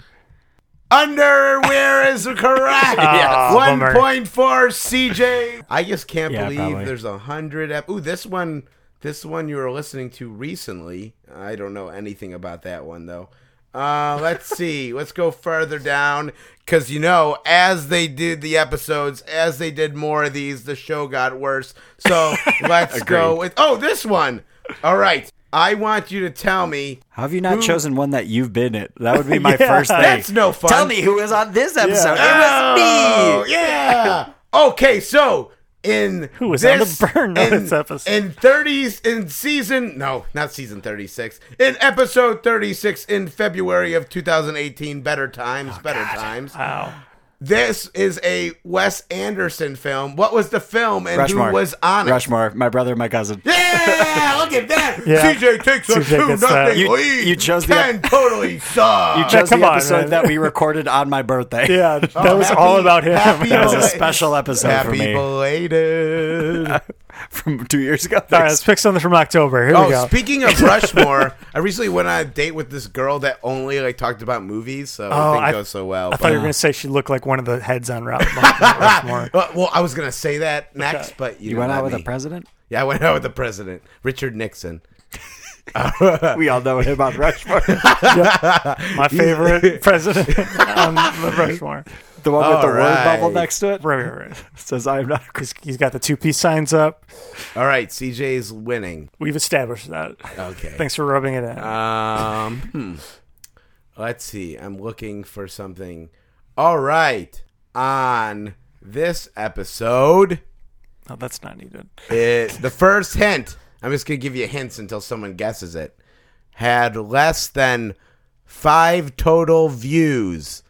Underwear is correct. Yes. One bummer. point four CJ. I just can't Ah, Yeah, believe probably. there's a hundred. Ep- Ooh, this one, this one you were listening to recently. I don't know anything about that one though. Uh, let's see. Let's go further down because you know, as they did the episodes, as they did more of these, the show got worse. So let's go with oh this one. All right, I want you to tell me. How have you not chosen one that you've been at? That would be my Yeah. first thing. That's no fun. Tell me who was on this episode. It Oh, was me. yeah. Okay, so in who was on this, the Burn Notice in, episode? in thirties in season no not season thirty six in episode thirty six in February of two thousand eighteen Better Times Oh, Better Times Wow. this is a Wes Anderson film what was the film and Rushmore who was on it Rushmore, my brother, and my cousin. yeah look at that Yeah. CJ takes a CJ two gets uh, that. nothing You- lead you chose the- Ken totally suck You chose come the on, episode man. that we recorded on my birthday. Yeah, that was all Oh, happy- about him. happy That was a Well, special episode for happy me belated. from two years ago. All right, let's pick something from October. Here we Oh, go. speaking of Rushmore, I recently went on a date with this girl that only like talked about movies, so Oh, it didn't I- go so well. I but- thought you were going to say she looked like one of the heads on Mount Rushmore. Uh, well, I was gonna say that next, but you, you didn't went out let with me. a president? Yeah, I went out with the president, Richard Nixon. We all know him on Rushmore. My favorite president on the Rushmore. The one with All the right. word bubble next to it Right, right, right. says, "I am not." A He's, he's got the two peace signs up. All right, CJ's winning. We've established that. Okay. Thanks for rubbing it in. Um, hmm. let's see. I'm looking for something. All right, on this episode, No, that's not needed. It, the first hint, I'm just going to give you hints until someone guesses it, had less than five total views.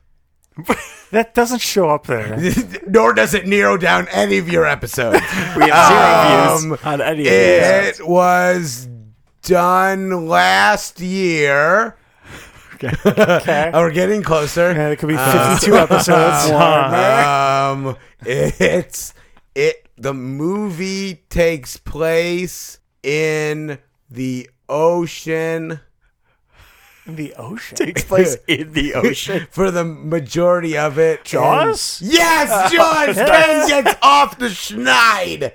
That doesn't show up there. Nor does it narrow down any of your episodes. We have zero Um, views on any of these. it was done last year. Okay. Oh, we're getting Yeah, closer. Uh, it could be 52 episodes. Huh. Um, it's it. The movie takes place in the ocean. In the ocean. Takes place in the ocean. for the majority of it. Jaws? And- yes, Jaws. Ben gets off the schneid.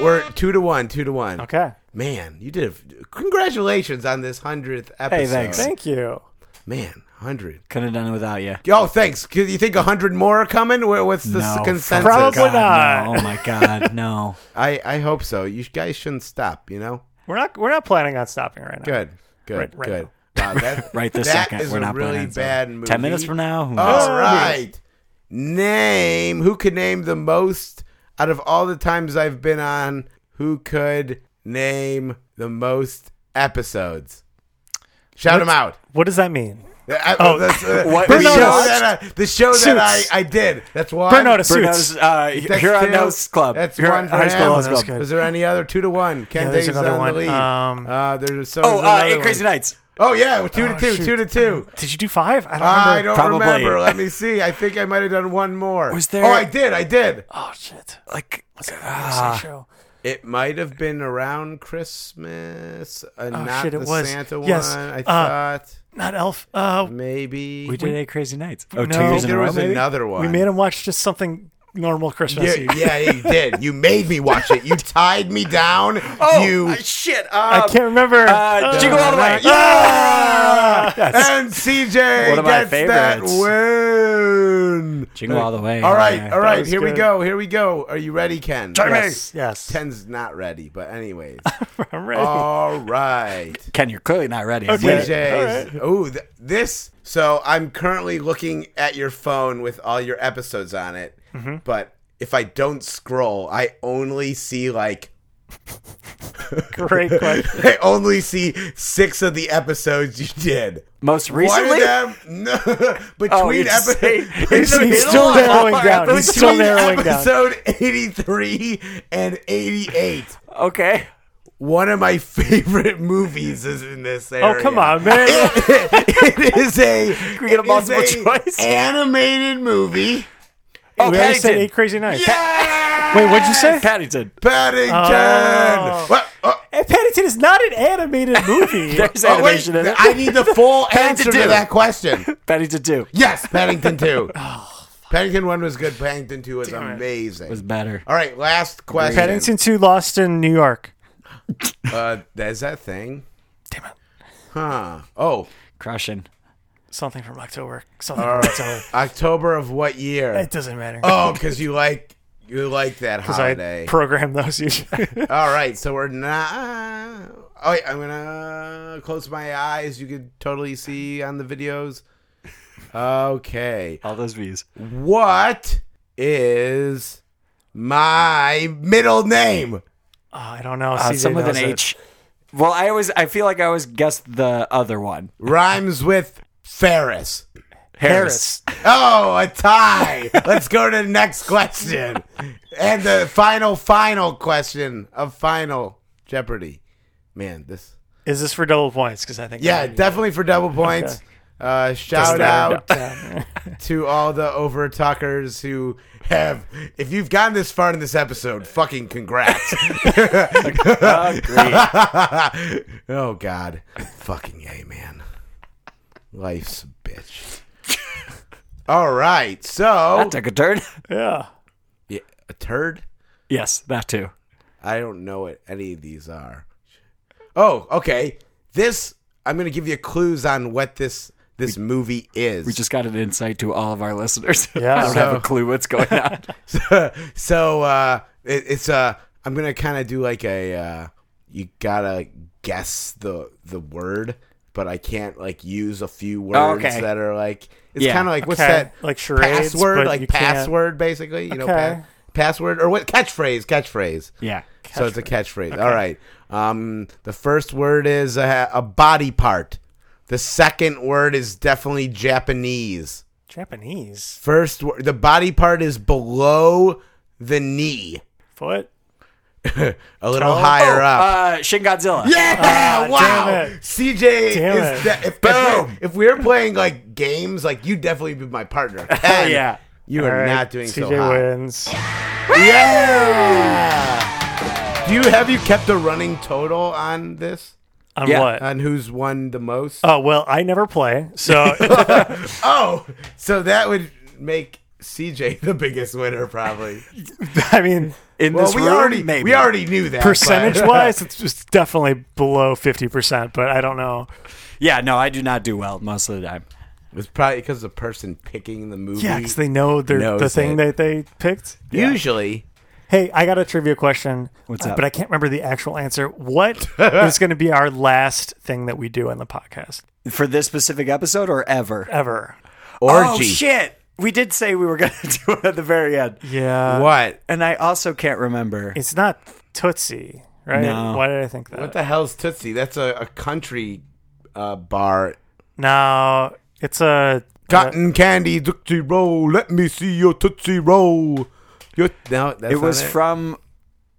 We're two to one. Two to one. Okay. Man, you did. A, congratulations on this hundredth episode. thanks. Thank you. Man, hundred. Could have done it without you. Oh, thanks. Do you think hundred more are coming? Wha- What's the s- No, consensus? fuck Probably God, not. No. Oh my god, no. I I hope so. You guys shouldn't stop. You know. We're not we're not planning on stopping right now. Good. Good. Right- right good. now. Wow, that, Right this that second, is we're a not really planning, so- bad movie. Oh, Ten minutes from now. who knows? All right. Name who could name the most out of all the times I've been on? Who could name the most episodes? Shout them out. What does that mean? I- Oh, that's, uh, what- the, we show watched that I, the show that Suits. I, I did. That's one. Bernardo Bruno's, Suits. uh, That's Huron two. Nose Club. That's Huron one for High School him. Nose Club. That's good. Is there any other two to one? Ken Yeah, there's Davis on another the one. lead. Um, uh, there's so Oh, there's uh, another Eight Crazy one. Nights. Oh yeah, two Oh, to two, shoot. two to two. Did you do five? I don't I remember. don't Probably. remember. Let me see. I think I might have done one more. Was there- Oh, I did. I did. Oh shit. Like, Ah. What's that show? It might have been around Christmas, and Oh, not shit, it the was. Santa Yes, one. I uh, thought Not Elf. Uh, maybe we did Eight Crazy Nights. Oh, No. two years in a There row, was maybe? another one. we made him watch just something normal Christmas You- Eve. yeah, you did. You made me watch it. You tied me down. Oh, you. uh, shit. I Uh, can't remember. Ah! uh, Jingle All the Way. Yeah! Yes. And CJ One of my gets that favorites. win. Jingle All the Way. All right, yeah. all right. was Here we good. go. Here we go. Are you ready, Ken? yes. Yes. Ken's not ready, but anyways. I'm ready. all right. Ken, you're clearly not ready. Okay. Wait. DJs. Ooh, th- this. So I'm currently looking at your phone with all your episodes on it, but if I don't scroll, I only see like Great question. I only see six of the episodes you did. Most One recently? of them, no, Oh, between you're just saying- episodes, He's- he's still narrowing down. He's still narrowing down. Episode eighty-three and eighty-eight. Okay. One of my favorite movies is in this Oh area. come on, man. it is a, we get a it is multiple choice? animated movie. Oh, we already said eight Paddington. crazy nights. Yeah. Wait, what'd you say? Paddington. Paddington. Oh. What? Oh, Hey, Paddington is not an animated movie. There's oh, wait. animation in it. I need the full answer Paddington to two. that question. Paddington 2 Yes, Paddington two. Paddington one was good. Paddington two was Oh, it. amazing. was better. All right, last question. Paddington Two Lost in New York. Uh, there's that thing. Damn it. Huh. Oh, Crushing. Something from October. Something from October. October of what year? It doesn't matter. Oh, because you like you like that 'Cause holiday. I program those Uh, usually. All right, so we're not. Oh, wait, I'm gonna close my eyes. You can totally see on the videos. Okay, All those views. what is my middle name? Oh, I don't know. Uh, CJ some with an knows it. H. Well, I always, I feel like I always guessed the other one. Rhymes with Ferris. Harris. Oh, a tie. Let's go to the next question and the final, final question of final Jeopardy. Man, this. Is this for double points? Because I think Yeah, definitely for double points. Uh, shout Doesn't matter. out to all the over talkers who have. If you've gotten this far in this episode, fucking congrats. Ah, Agreed. oh God, fucking a man. Life's a bitch. all right, so That took a turn. yeah. Yeah, a turd. Yes, that too. I don't know what any of these are. Oh, okay. This I'm gonna give you clues on what this this movie is. We just got an insight to all of our listeners. Yeah. I don't have So- a clue what's going on. so uh, it, it's uh, I'm gonna kind of do like a uh, you gotta guess the the word, but I can't like use a few words okay. that are like it's Yeah. kind of like what's Oh, Okay. that Like charades, password but like you can't- password basically you know Okay. pa- password or what catchphrase? Catchphrase. Yeah. So it's a catchphrase. All right. Um, the first word is a, a body part. The second word is definitely Japanese. Japanese First, word, the body part is below the knee, foot. a little higher up. Uh, Shin Godzilla. Yeah! Oh. Ah, wow! damn it. CJ Damn is it. that if, Boom. If, if we were playing like games, like you'd definitely be my partner. And Oh, Yeah. You are All right, not doing TJ so hot. wins. Yeah. Do you have you kept a running total on this? On Yeah. Uh, what? On who's won the most? oh well, I never play, so Oh, so that would make CJ the biggest winner probably. I mean, In Well, this we room, already maybe. we already knew that. but- percentage wise, it's just definitely below fifty percent. But I don't know. Yeah, no, I do not do well most of the time. it's probably because the person picking the movie. Yeah, because they know they're the knows thing it. that they picked. usually Hey, I got a trivia question. What's uh, up? But I can't remember the actual answer. What is going to be our last thing that we do on the podcast For this specific episode or ever? ever? orgy. Oh shit. We did say we were going to do it at the very end. Oh, Yeah. What? And I also can't remember. It's not Tootsie, right? No. Why did I think that? What the hell's Tootsie? That's a, a country uh, bar. no, it's a. Uh, Cotton candy Tootsie roll. Let me see your Tootsie roll. Your, no, that's it was not it. from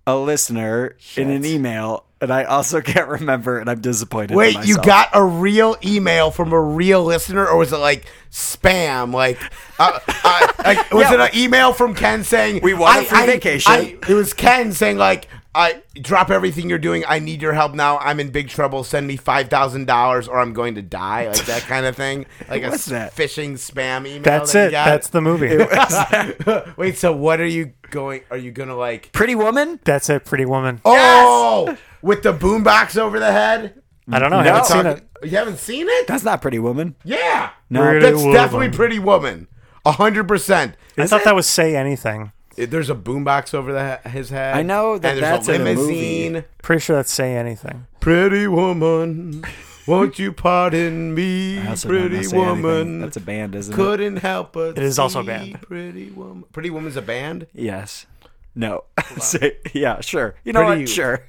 a listener in an email and I also can't remember and I'm disappointed. in Wait, you myself. got a real email from a real listener, or was it like spam? Like, uh, uh, like was Yeah. it an email from Ken saying We want a I- free I- vacation." I- it was Ken saying like, "I drop everything you're doing. I need your help now. I'm in big trouble. Send me five thousand dollars, or I'm going to die." Like that kind of thing. Like a was that? phishing spam email. That's that you it. got? That's the movie. Wait, so what are you going? Are you gonna like? Pretty Woman? That's it. Pretty Woman. Oh, with the boombox over the head. I don't know. I haven't seen Talking- it. You haven't seen it? That's not Pretty Woman. yeah. No. Pretty That's Woman. definitely Pretty Woman. A hundred percent. I thought that was Say Anything. There's a boombox over the, he- his head. I know that and that's there's a in a movie. limousine. Pretty sure that's Say Anything. Pretty Woman, won't you pardon me? I also don't know Pretty Say Anything. Woman, That's a band, isn't it? couldn't help but. It is also a see band. Pretty Woman. Pretty Woman's a band. Yes. No. Say, yeah, sure. You know Pretty- what? Sure.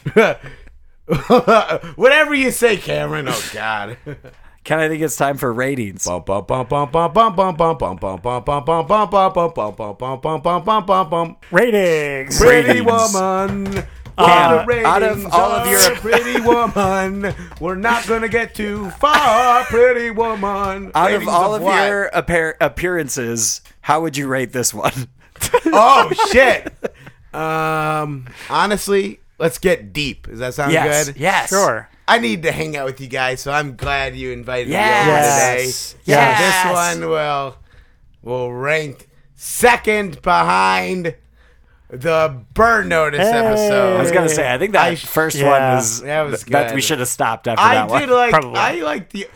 Whatever you say, Cameron. Oh God. Can I think it's time for ratings? Bum, bum, bum, bum, bum, bum, bum, bum, bum, bum, bum, bum, bum, bum, bum, bum, bum, bum, bum, bum, bum, bum, bum, bum. Ratings. Pretty Ratings. woman. Uh, What the out of ratings all of are, your- pretty woman, we're not gonna get too far. Pretty woman. Out of Ratings all of, what? your appear- appearances, how would you rate this one? oh shit. Um, honestly, let's get deep. Does that sound yes. good? Yes. Sure. I need to hang out with you guys, so I'm glad you invited Yes. me over today. Yes. So this one will will rank second behind the burn notice Hey. episode. I was gonna say. I think that I- first yeah, one was that was that we good. should have stopped after I that one. did like Probably. I like the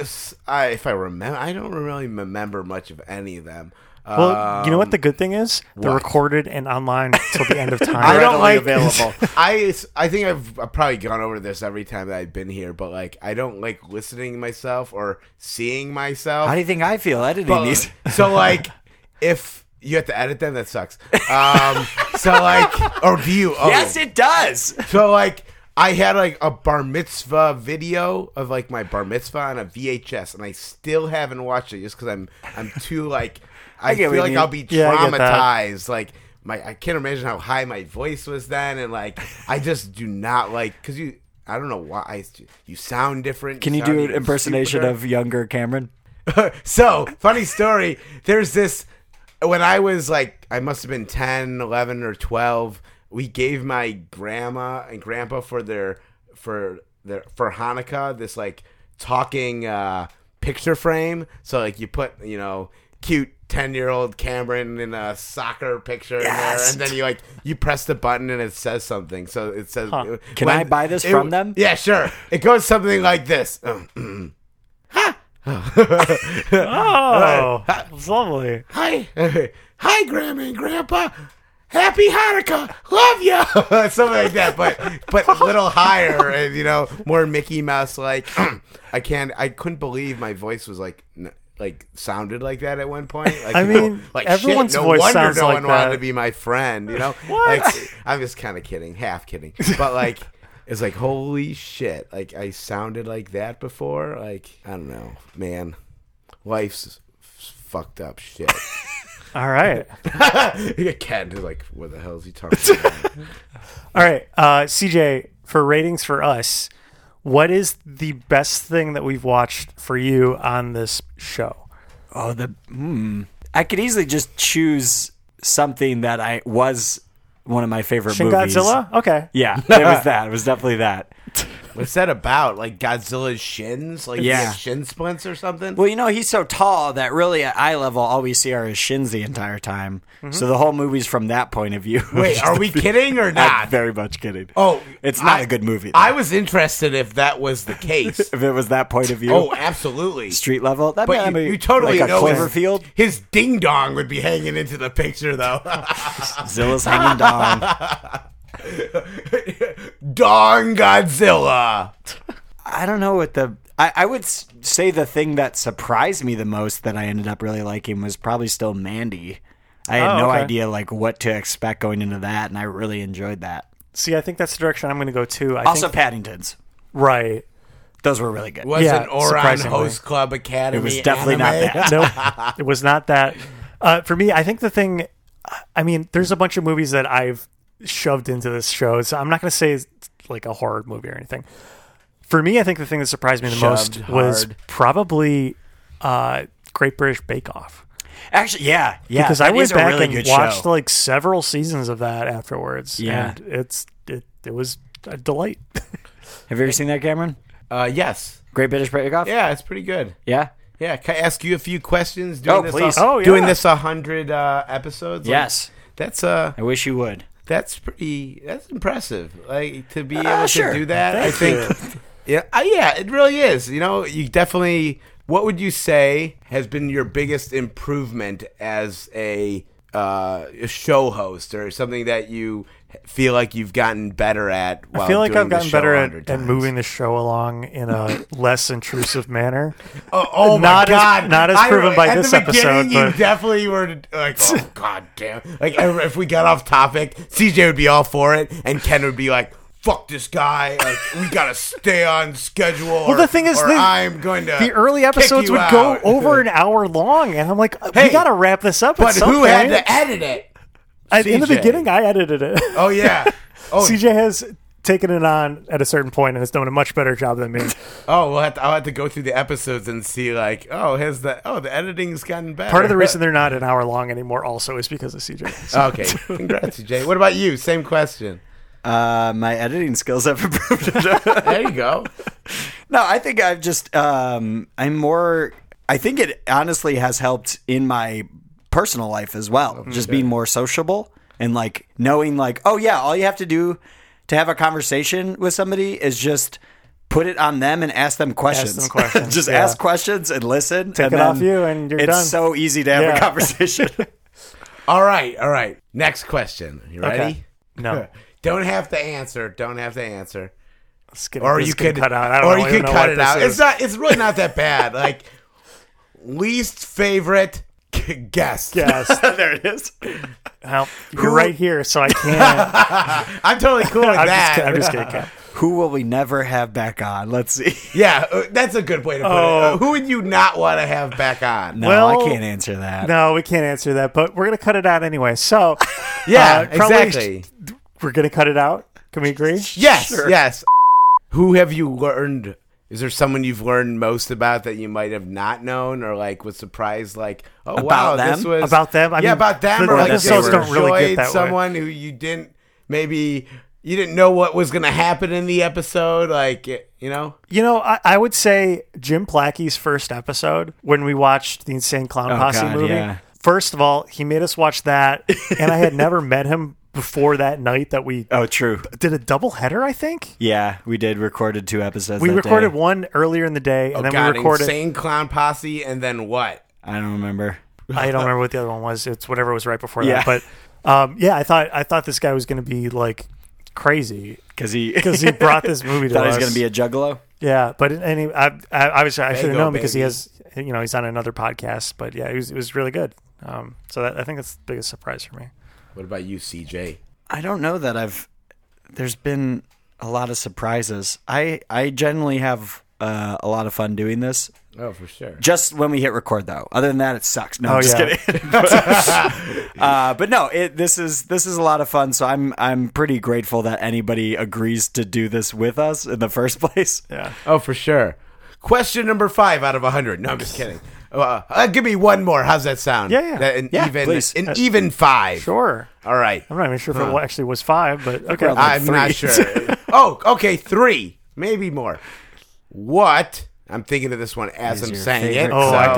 I, if I remember I don't really remember much of any of them. Well, Uh, you know what the good thing is? They're what? recorded and online till the end of time. I don't readily like available. I I think I've, I've probably gone over this every time that I've been here, but like I don't like listening to myself or seeing myself. How do you think I feel editing But, these? so like if you have to edit them that sucks um so like or do you oh. Yes, it does. so like i had like a bar mitzvah video of like my bar mitzvah on a vhs and i still haven't watched it just because i'm i'm too like i, get feel what you like mean. i'll be Yeah, I get that. traumatized like my i can't imagine how high my voice was then and like i just do not like because you i don't know why I, you sound different Can you sound do an even impersonation stupider. of younger Cameron? so funny story there's this when i was like i must have been 10 11 or 12 we gave my grandma and grandpa for their for their for hanukkah this like talking uh picture frame so like you put you know cute 10 year old cameron in a soccer picture Yes. in there and then you like you press the button and it says something so it says Can I buy this from them? yeah sure it goes something like this oh, it's lovely. hi, hi, Grandma and Grandpa. Happy Hanukkah. Love you. Something like that, but but a little higher and you know more Mickey Mouse like. I can't. I couldn't believe my voice was like n- like sounded like that at one point. Like, I people- mean, like everyone's shit, no voice wonder sounds no like one wanted that. to be my friend. You know, What? Like, I'm just kind of kidding, half kidding, but like. It's like holy shit! Like I sounded like that before. Like I don't know, man. Life's f- fucked up shit. All right. Ken is like, what the hell is he talking about? All right, uh, CJ, for ratings for us, what is the best thing that we've watched for you on this show? Oh, the hmm. I could easily just choose something that I was one of my favorite Shin movies. Godzilla? Okay. Yeah, it was that. It was definitely that. What's that about? Like Godzilla's shins? Like Yeah. yeah. shin splints or something? Well, you know, he's so tall that really at eye level, all we see are his shins the entire time. So the whole movie's from that point of view. Mm-hmm. Wait, are we kidding or I'm not? very much kidding. Oh, it's not a a good movie. I was interested if that was the case. if it was that point of view, oh, absolutely. street level, that But you, you totally like a know Cloverfield. His, his ding dong would be hanging into the picture though. Zilla's hanging down. dong Godzilla. I don't know what the. I, I would s- say the thing that surprised me the most that I ended up really liking was probably still Mandy. I had Oh, no okay. idea like what to expect going into that, and I really enjoyed that. See, I think that's the direction I'm going to go too. I Also, think, Paddingtons; right. those were really good. Was Yeah, an Oron surprisingly. Host Club Academy. It was definitely not anime? that. No, it was not that. Uh, for me, I think the thing, I mean, there's a bunch of movies that I've shoved into this show, so I'm not going to say it's like a horror movie or anything. For me, I think the thing that surprised me the most Shoved was hard. probably uh, Great British Bake Off. Actually, yeah, yeah. because I that went is a back really and good watched show. like several seasons of that afterwards. Yeah. and it's it, it was a delight. Have you ever seen that, Cameron? Uh, yes. Great British Bake Off. Yeah, it's pretty good. yeah. Yeah, can I ask you a few questions? Doing Oh, this please. A, Oh, yeah. Doing this a hundred uh, episodes? Like, Yes. that's uh, I wish you would. that's pretty. That's impressive. Like to be able Ah, to sure. do that, I think. yeah, uh, yeah, it really is. You know, you definitely. What would you say has been your biggest improvement as a, uh, a show host, or something that you feel like you've gotten better at? While I feel like doing I've the gotten show better 100 at, at times? moving the show along in a less intrusive manner. Oh, oh Not my as- god! not as I- proven by at this the beginning, episode, You but- definitely were like, oh god damn! Like if if we got off topic, CJ would be all for it, and Ken would be like, "Fuck this guy! Like we gotta stay on schedule." Well, or, the thing is, or the- I'm going to The early kick episodes you would go out." over an hour long, and I'm like, we Hey, gotta wrap this up. But at some who had point. to edit it? At- in the CJ? beginning? I edited it. Oh yeah. Oh, CJ has taken it on at a certain point and has done a much better job than me. oh, we'll have to, I'll have to go through the episodes and see like, oh, has the oh the editing's gotten better. Part of the reason they're not an hour long anymore also is because of CJ. So- okay, congrats, CJ. What about you? Same question. Uh, my editing skills have improved. There you go. No, I think I've just um I'm more I think it honestly has helped in my personal life as well. Just being more sociable and like knowing like, oh yeah, all you have to do to have a conversation with somebody is just put it on them and ask them questions. them questions, just yeah. ask questions and listen. Take it off you and you're it's done. so easy to have Yeah. a conversation. All right, all right. Next question. You ready? Okay. no, Don't have to answer. Don't have to answer. Let's get- Or let's you get could cut out. I don't or know- you I could don't know cut what it this out. is. It's not. It's really not that bad. Like least favorite g- guest. Yes. there it is. Well, you're right here, so I can't. I'm totally cool with I'm, just, that. kid- I'm just kidding. Kat. Who will we never have back on? Let's see. yeah, uh, that's a good way to put it. Oh. Uh, who would you not want to have back on? No, Well, I can't answer that. No, we can't answer that, but we're gonna cut it out anyway. So, Yeah, uh, probably- exactly. We're gonna cut it out. Can we agree? Yes, Sure. yes. Who have you learned? Is there someone you've learned most about that you might have not known, or like was surprised? Like, oh About wow, them? this was About them? I yeah, mean, about them, the or like episodes you don't really get enjoyed that way. someone who you didn't maybe you didn't know what was gonna happen in the episode. Like, you know, You know, I, I would say Jim Placky's first episode when we watched the Insane Clown Posse Oh, God, movie. yeah. First of all, he made us watch that, and I had never met him before that night that we Oh, true. did a double header. I think Yeah, we did recorded two episodes. we that recorded day. Oh, one earlier in the day, and then God, we recorded. insane clown posse, and then what? I don't remember. I don't remember what the other one was. It's whatever was right before Yeah. that. But um, yeah, I thought I thought this guy was going to be like crazy Because he because he brought this movie to thought he us. was going to be a juggalo. Yeah, but in any, I, I obviously I should have Fago, known because he baby. has, you know, he's on another podcast. But yeah, it was, it was really good. Um, so that, I think that's the biggest surprise for me. What about you, CJ? I don't know that I've. There's been a lot of surprises. I I generally have uh, a lot of fun doing this. Oh, for sure. Just when we hit record, though. Other than that, it sucks. No, Oh, I'm just yeah. kidding. uh, but no, it, this is this is a lot of fun. So I'm I'm pretty grateful that anybody agrees to do this with us in the first place. Yeah, Oh, for sure. Question number five out of a hundred. No, I'm just kidding. Uh, uh, give me one more. How's that sound? Yeah, yeah. That- an Yeah, even, please. Uh, an even five. sure. All right. I'm not even sure if it actually was five, but okay. Probably. I'm not three. sure. oh, okay, three, maybe more. What? I'm thinking of this one as Is I'm your saying it. favorite oh, so. I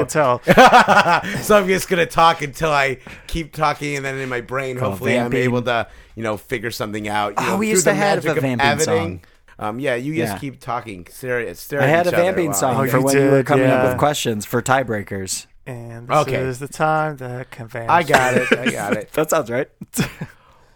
could tell. so I'm just gonna talk until I keep talking, and then in my brain, hopefully, I'm vamping. able to, you know, figure something out. You Oh, know, we through used the to have magic a of vamping editing. song. Um, yeah, you just Yeah. keep talking. Serious. Stare I at had a each other vamping while- song yeah. for Oh, You when you were did, coming up yeah. with questions for tiebreakers. And this Okay. is the time that conveys. I got it. I got it. That sounds right.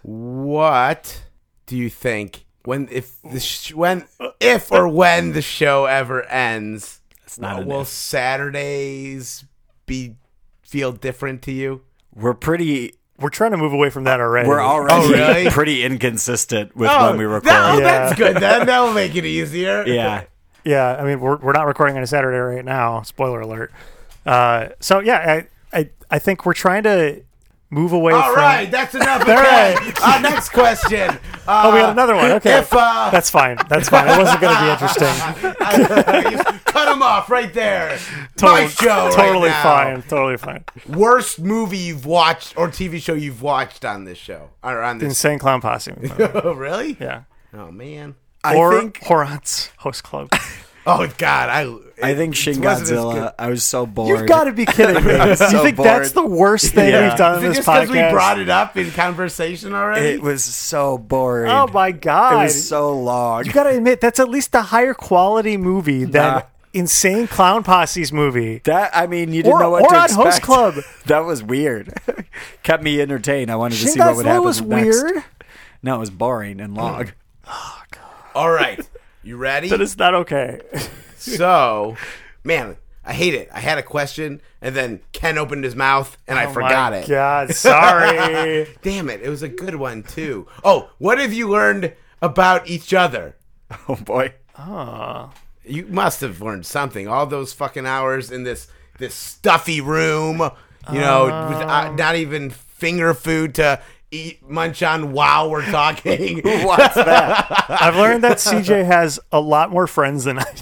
What do you think when if the sh- when if or when the show ever ends? It's not will, an will if. Saturdays be feel different to you? We're pretty. We're trying to move away from that already. We're already Oh, really? pretty inconsistent with when we record. that- oh, that's Yeah. good. Then that'll make it easier. yeah. Yeah, I mean, we're, we're not recording on a Saturday right now. Spoiler alert. Uh, so yeah, I, I I think we're trying to move away. All from, right, that's enough. Okay. right. Uh, next question. Uh, Oh, we got another one. Okay, If uh, that's fine. That's fine. It wasn't going to be interesting. I- cut him off right there. My Totally, show. right totally now. fine. Totally fine. Worst movie you've watched or TV show you've watched on this show or on this? Insane clown posse. oh, really? Yeah. Oh man. or I think Horon's host club. Oh God, I. I think Shin it wasn't as good. Godzilla. I was so bored. You've got to be kidding me. you So think that's the bored. worst thing Yeah. we've done Is in it this just podcast? because we brought it up in conversation already? It was so boring. oh my It god! was so long. you got to admit that's at least a higher quality movie than Insane Clown Posse's movie. That I mean, you didn't Or- know what or to on expect. Host Club. that was weird. Kept me entertained. I wanted to Shin see what would Godzilla happen was next. weird. Mm. No, it was boring and long. All right, you ready? That is not okay. So, man, I hate it. I had a question, and then Ken opened his mouth, and I forgot Oh My it. God, sorry. Damn it! It was a good one too. Oh, what have you learned about each other? Oh boy. You must have learned something. All those fucking hours in this this stuffy room, you know, with, uh, not even finger food to eat, munch on while we're talking. What's that? I've learned that CJ has a lot more friends than I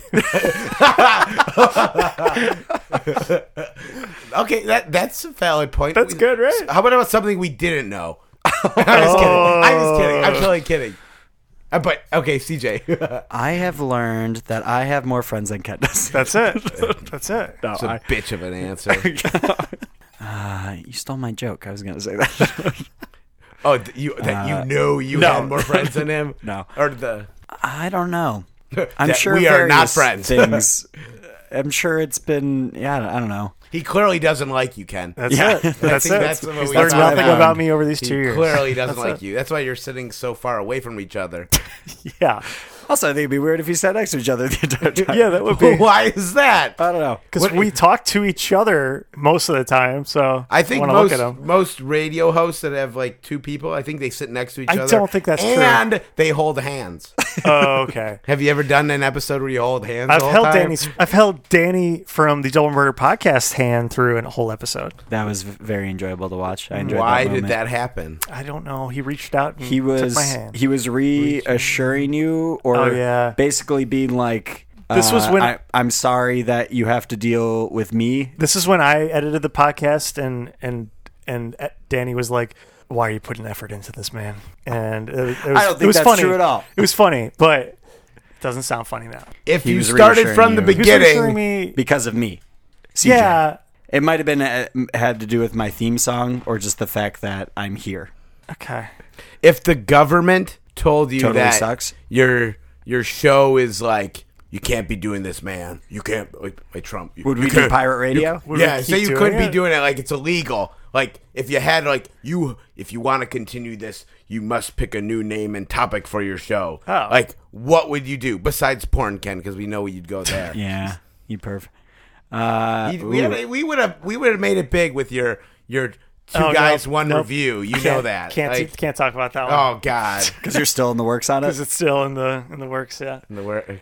do. okay, that that's a valid point. That's We- good, right? How about something we didn't know? I'm just kidding. I'm just kidding. I'm totally kidding. Uh, But okay, CJ. I have learned that I have more friends than Ken does. That's it. That's it. No, It's a I- bitch of an answer. uh, you stole my joke. I was gonna say that. Oh, th- you that you know you no. had more friends than him. No. or the I don't know. I'm That sure we are not various friends. things. I'm sure it's been. Yeah, I don't know. he clearly doesn't like you, Ken. That's Yeah. it. That's it. that's what He's we- learned that's what I nothing found. about me over these he two years. clearly doesn't like you. That's why you're sitting so far away from each other. Yeah. Also, I think it'd be weird if you sat next to each other the entire time. Yeah, that would be. why is that? Uh, I don't know. Because we talk to each other most of the time. So I think wanna most look at them. most radio hosts that have like two people, I think they sit next to each I other. don't think that's true. and they hold hands. Oh, okay. have you ever done an episode where you hold hands? I've the whole held time? Danny's. I've held Danny from the Double Murder podcast hand through a whole episode. That was v- very enjoyable to watch. I enjoyed. Why that did moment. that happen? I don't know. He reached out. And He was took my hand. he was reassuring you, or Oh, yeah. basically being like, This "This was was when- I, I'm sorry that you have to deal with me." this is when I edited the podcast, and and and Danny was like, "Why are you putting effort into this, man?" And it, it was, think it was that's funny. true at all. It was funny, but it doesn't sound funny now. If He you was started reassuring from the you. He He was reassuring beginning, me. because of me. CJ. Yeah. it might have been uh, had to do with my theme song, or just the fact that I'm here. Okay. if the government told you Totally that sucks. your your show is like you can't be doing this, man. You can't. Wait, wait, Trump. You, Would you we do can't- pirate radio? Would we yeah, keep say you doing couldn't it? be doing it like it's illegal. Like if you had like you if you want to continue this, you must pick a new name and topic for your show. Oh. Like what would you do besides porn, Ken? Because we know you'd go there. yeah, you perv. Uh, You'd- we, had- we would have we would have made it big with your your two Oh, guys nope, one nope. review. You know Can't- that. Can't Like, can't talk about that one. oh God. because you're still in the works on Because it. it's still in the in the works. Yeah. The word-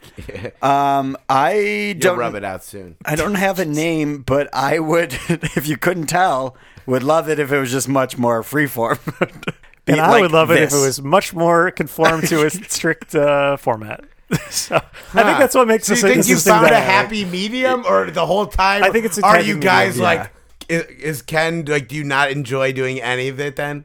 Um, I You'll don't. rub it out soon. I don't have a name, but I would, if you couldn't tell, would love it if it was just much more freeform. Be And I like would love it if it this. was much more conform to a strict uh, format. so I think that's what makes Do this. you think this you thing found a better. happy medium, or the whole time? I think it's a Are happy you medium, guys yeah. like? i- Is Ken like? Do you not enjoy doing any of it? Then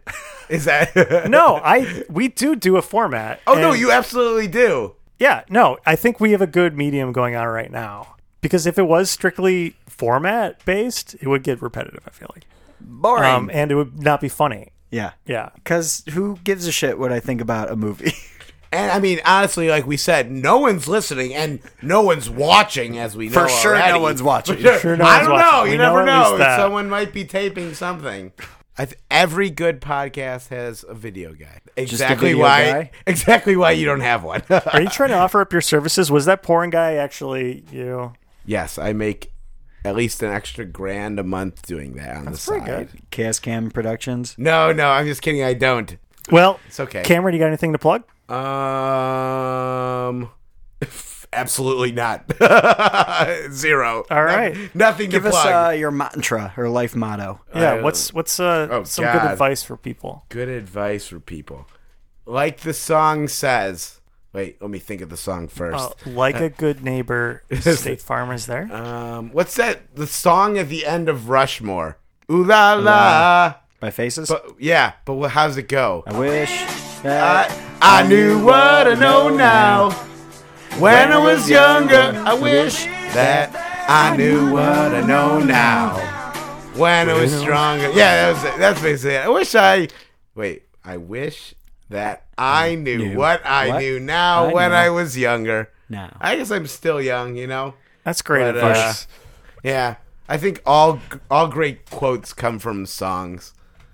is that? No, I we do do a format. Oh no, and- you absolutely do. Yeah, no, I think we have a good medium going on right now. Because if it was strictly format based, it would get repetitive. I feel like, boring. um, and it would not be funny. yeah, Yeah, Because who gives a shit what I think about a movie? And I mean, honestly, like we said, no one's listening and no one's watching, as we know. For sure, no already. one's watching. For sure. sure no I one's don't watching. know. We You know never at least know. that. Someone might be taping something. I th- every good podcast has a video guy. a Exactly video why. guy? Exactly why you don't have one. are you trying to offer up your services? Was that porn guy actually you? Yes, I make at least an extra grand a month doing that on the pretty side. good. Chaos Cam Productions. No, no, I'm just kidding. I don't. Well, It's okay. Cameron, you got anything to plug? um, absolutely not. Zero. All No- right. nothing Give to us plug. uh, your mantra or life motto. Yeah, I- what's what's uh, Oh, some good God. advice for people? good advice for people. Like the song says. Wait, let me think of the song first. Uh, like a good neighbor, State Farm is there. Um, what's that? The song at the end of Rushmore. Ooh la la. By Faces. But yeah, but wh- how's it go? I wish I, that I knew what I know now. When I was younger, I wish that I knew what I know now. When I was stronger, yeah, that was it. that's basically it. I wish I wait. I wish that I knew what I what knew now I when knew I was younger. now. I guess I'm still young, you know. That's great But, uh, advice. Yeah, I think all all great quotes come from songs,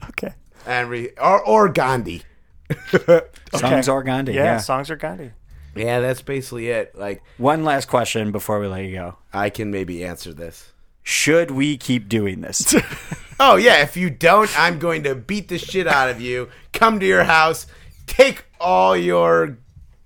okay. and re, or or Gandhi. Songs or Gandhi. Yeah, Yeah. songs are Gandhi. Yeah, that's basically it. Like One last question before we let you go. I can maybe answer this. Should we keep doing this? Oh yeah, if you don't, I'm going to beat the shit out of you. Come to your house, take all your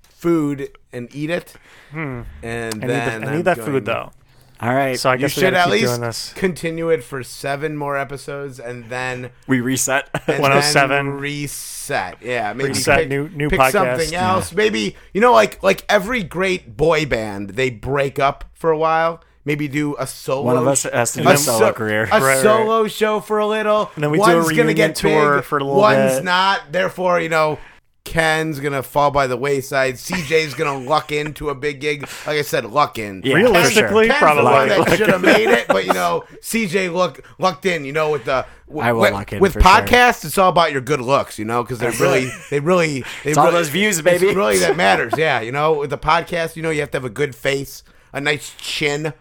food and eat it. And Hmm. I need, then the, I I'm need that going- food though. All right. So I You guess we should gotta at keep least doing this. continue it for seven more episodes, and then we reset. and 107. then reset. Yeah, maybe Reset, pick, new- new pick podcast. something Yeah. else. Maybe you know, like like every great boy band, they break up for a while. Maybe do a solo. One of us has to do a a solo so- career. a right. solo show for a little. then we do a one's gonna reunion get tour big, for a little One's bit. not. Therefore, you know. Ken's gonna fall by the wayside. CJ's gonna luck into a big gig. Like I said, luck in. Yeah, Ken's- Realistically, Ken's probably. the one that Luck- should have made it, but you know, CJ look lucked in. You know, with the w- I will with, luck in with for sure. podcasts. It's all about your good looks, you know, because they really, they really, they It's really, all those views, baby. It's really that matters. Yeah, you know, with the podcast, you know, you have to have a good face, a nice chin,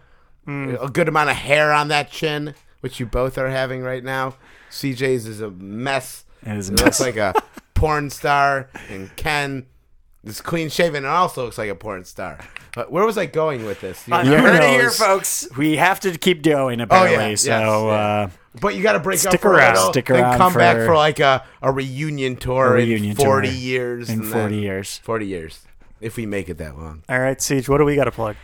a good amount of hair on that chin, which you both are having right now. CJ's is a mess. It is a mess. looks like a porn star, and Ken. is clean shaven and also looks like a porn star. But where was I going with this? You- You Who heard it here, knows? folks. We have to keep doing apparently. yes, so yeah. uh, But you got to break Stick up for around. a little, Stick then around come back for- for like a, a reunion tour A reunion in forty tour years. in and 40 then- years. Forty years, if we make it that long. All right, Siege, what do we got to plug?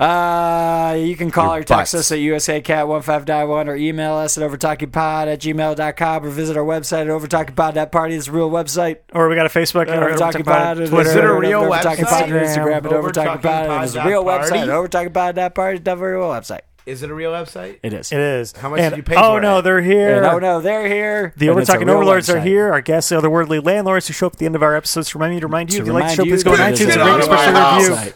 Uh, you can call Your or text us butts. at usacat1591 or email us at overtalkingpod at gmail.com or visit our website at overtalkingpod.party. It's a real website. Or we got a Facebook and Over we're talking about it. Twitter. Is it a real Overtalking website? Pod, Instagram at Overtalking overtalkingpod. It's a real Pod.party? website. Overtalkingpod.party. It's a real website. Is it a real website? It is. It is. How much and, did you pay Oh for no, it? they're here. No, no, they're here. The And it's a Overtalking real Overlords are website. here. Our guests, the otherworldly landlords who show up at the end of our episodes, to remind me to remind you. To if you like the show, remind you please go to that it's iTunes and a rate us real special website. reviews.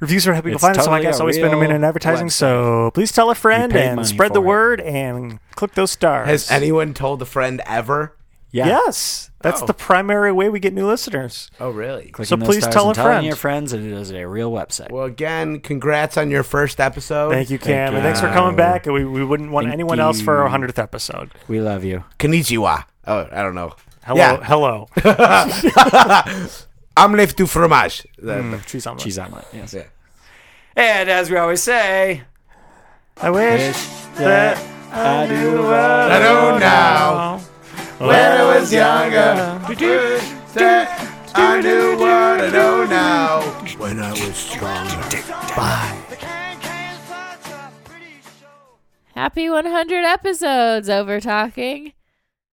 Reviews are how people It's find us on totally podcasts. a Always spend a real minute in advertising, website. so please tell a friend paid and money spread the for it. word and click those stars. Has anyone told a friend ever? Yeah. Yes, that's Oh. the primary way we get new listeners. Oh, really? Clicking those please stars tell and a telling friend. your friends, and it is a real website. Well, again, congrats on your first episode. Thank you, Cam, you. and thanks for coming back. And we, we wouldn't want Thank anyone else for you. our hundredth episode. we love you. Konnichiwa. Oh, I don't know. Hello, Yeah. hello. Omelette du fromage. The- Hmm. Cheese omelet. Cheese omelet. Yes. Yeah. And as we always say, I wish that I do love. I know now. When I was younger, I knew what I know now. When I was stronger. Happy 100 episodes, Over Talking.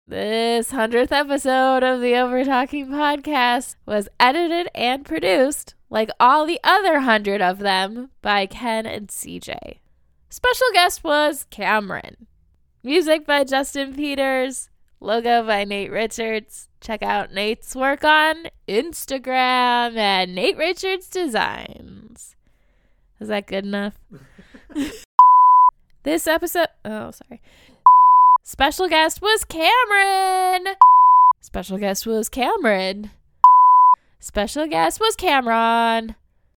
This 100th episode of the Over Talking podcast was edited and produced, like all the other 100 of them, by Ken and CJ. Special guest was Cameron. Music by Justin Peters, logo by Nate Richards. Check out Nate's work on Instagram at Nate Richards Designs. Is that good enough? This episode. Oh, sorry. Special guest was Cameron. Special guest was Cameron. Special guest was Cameron.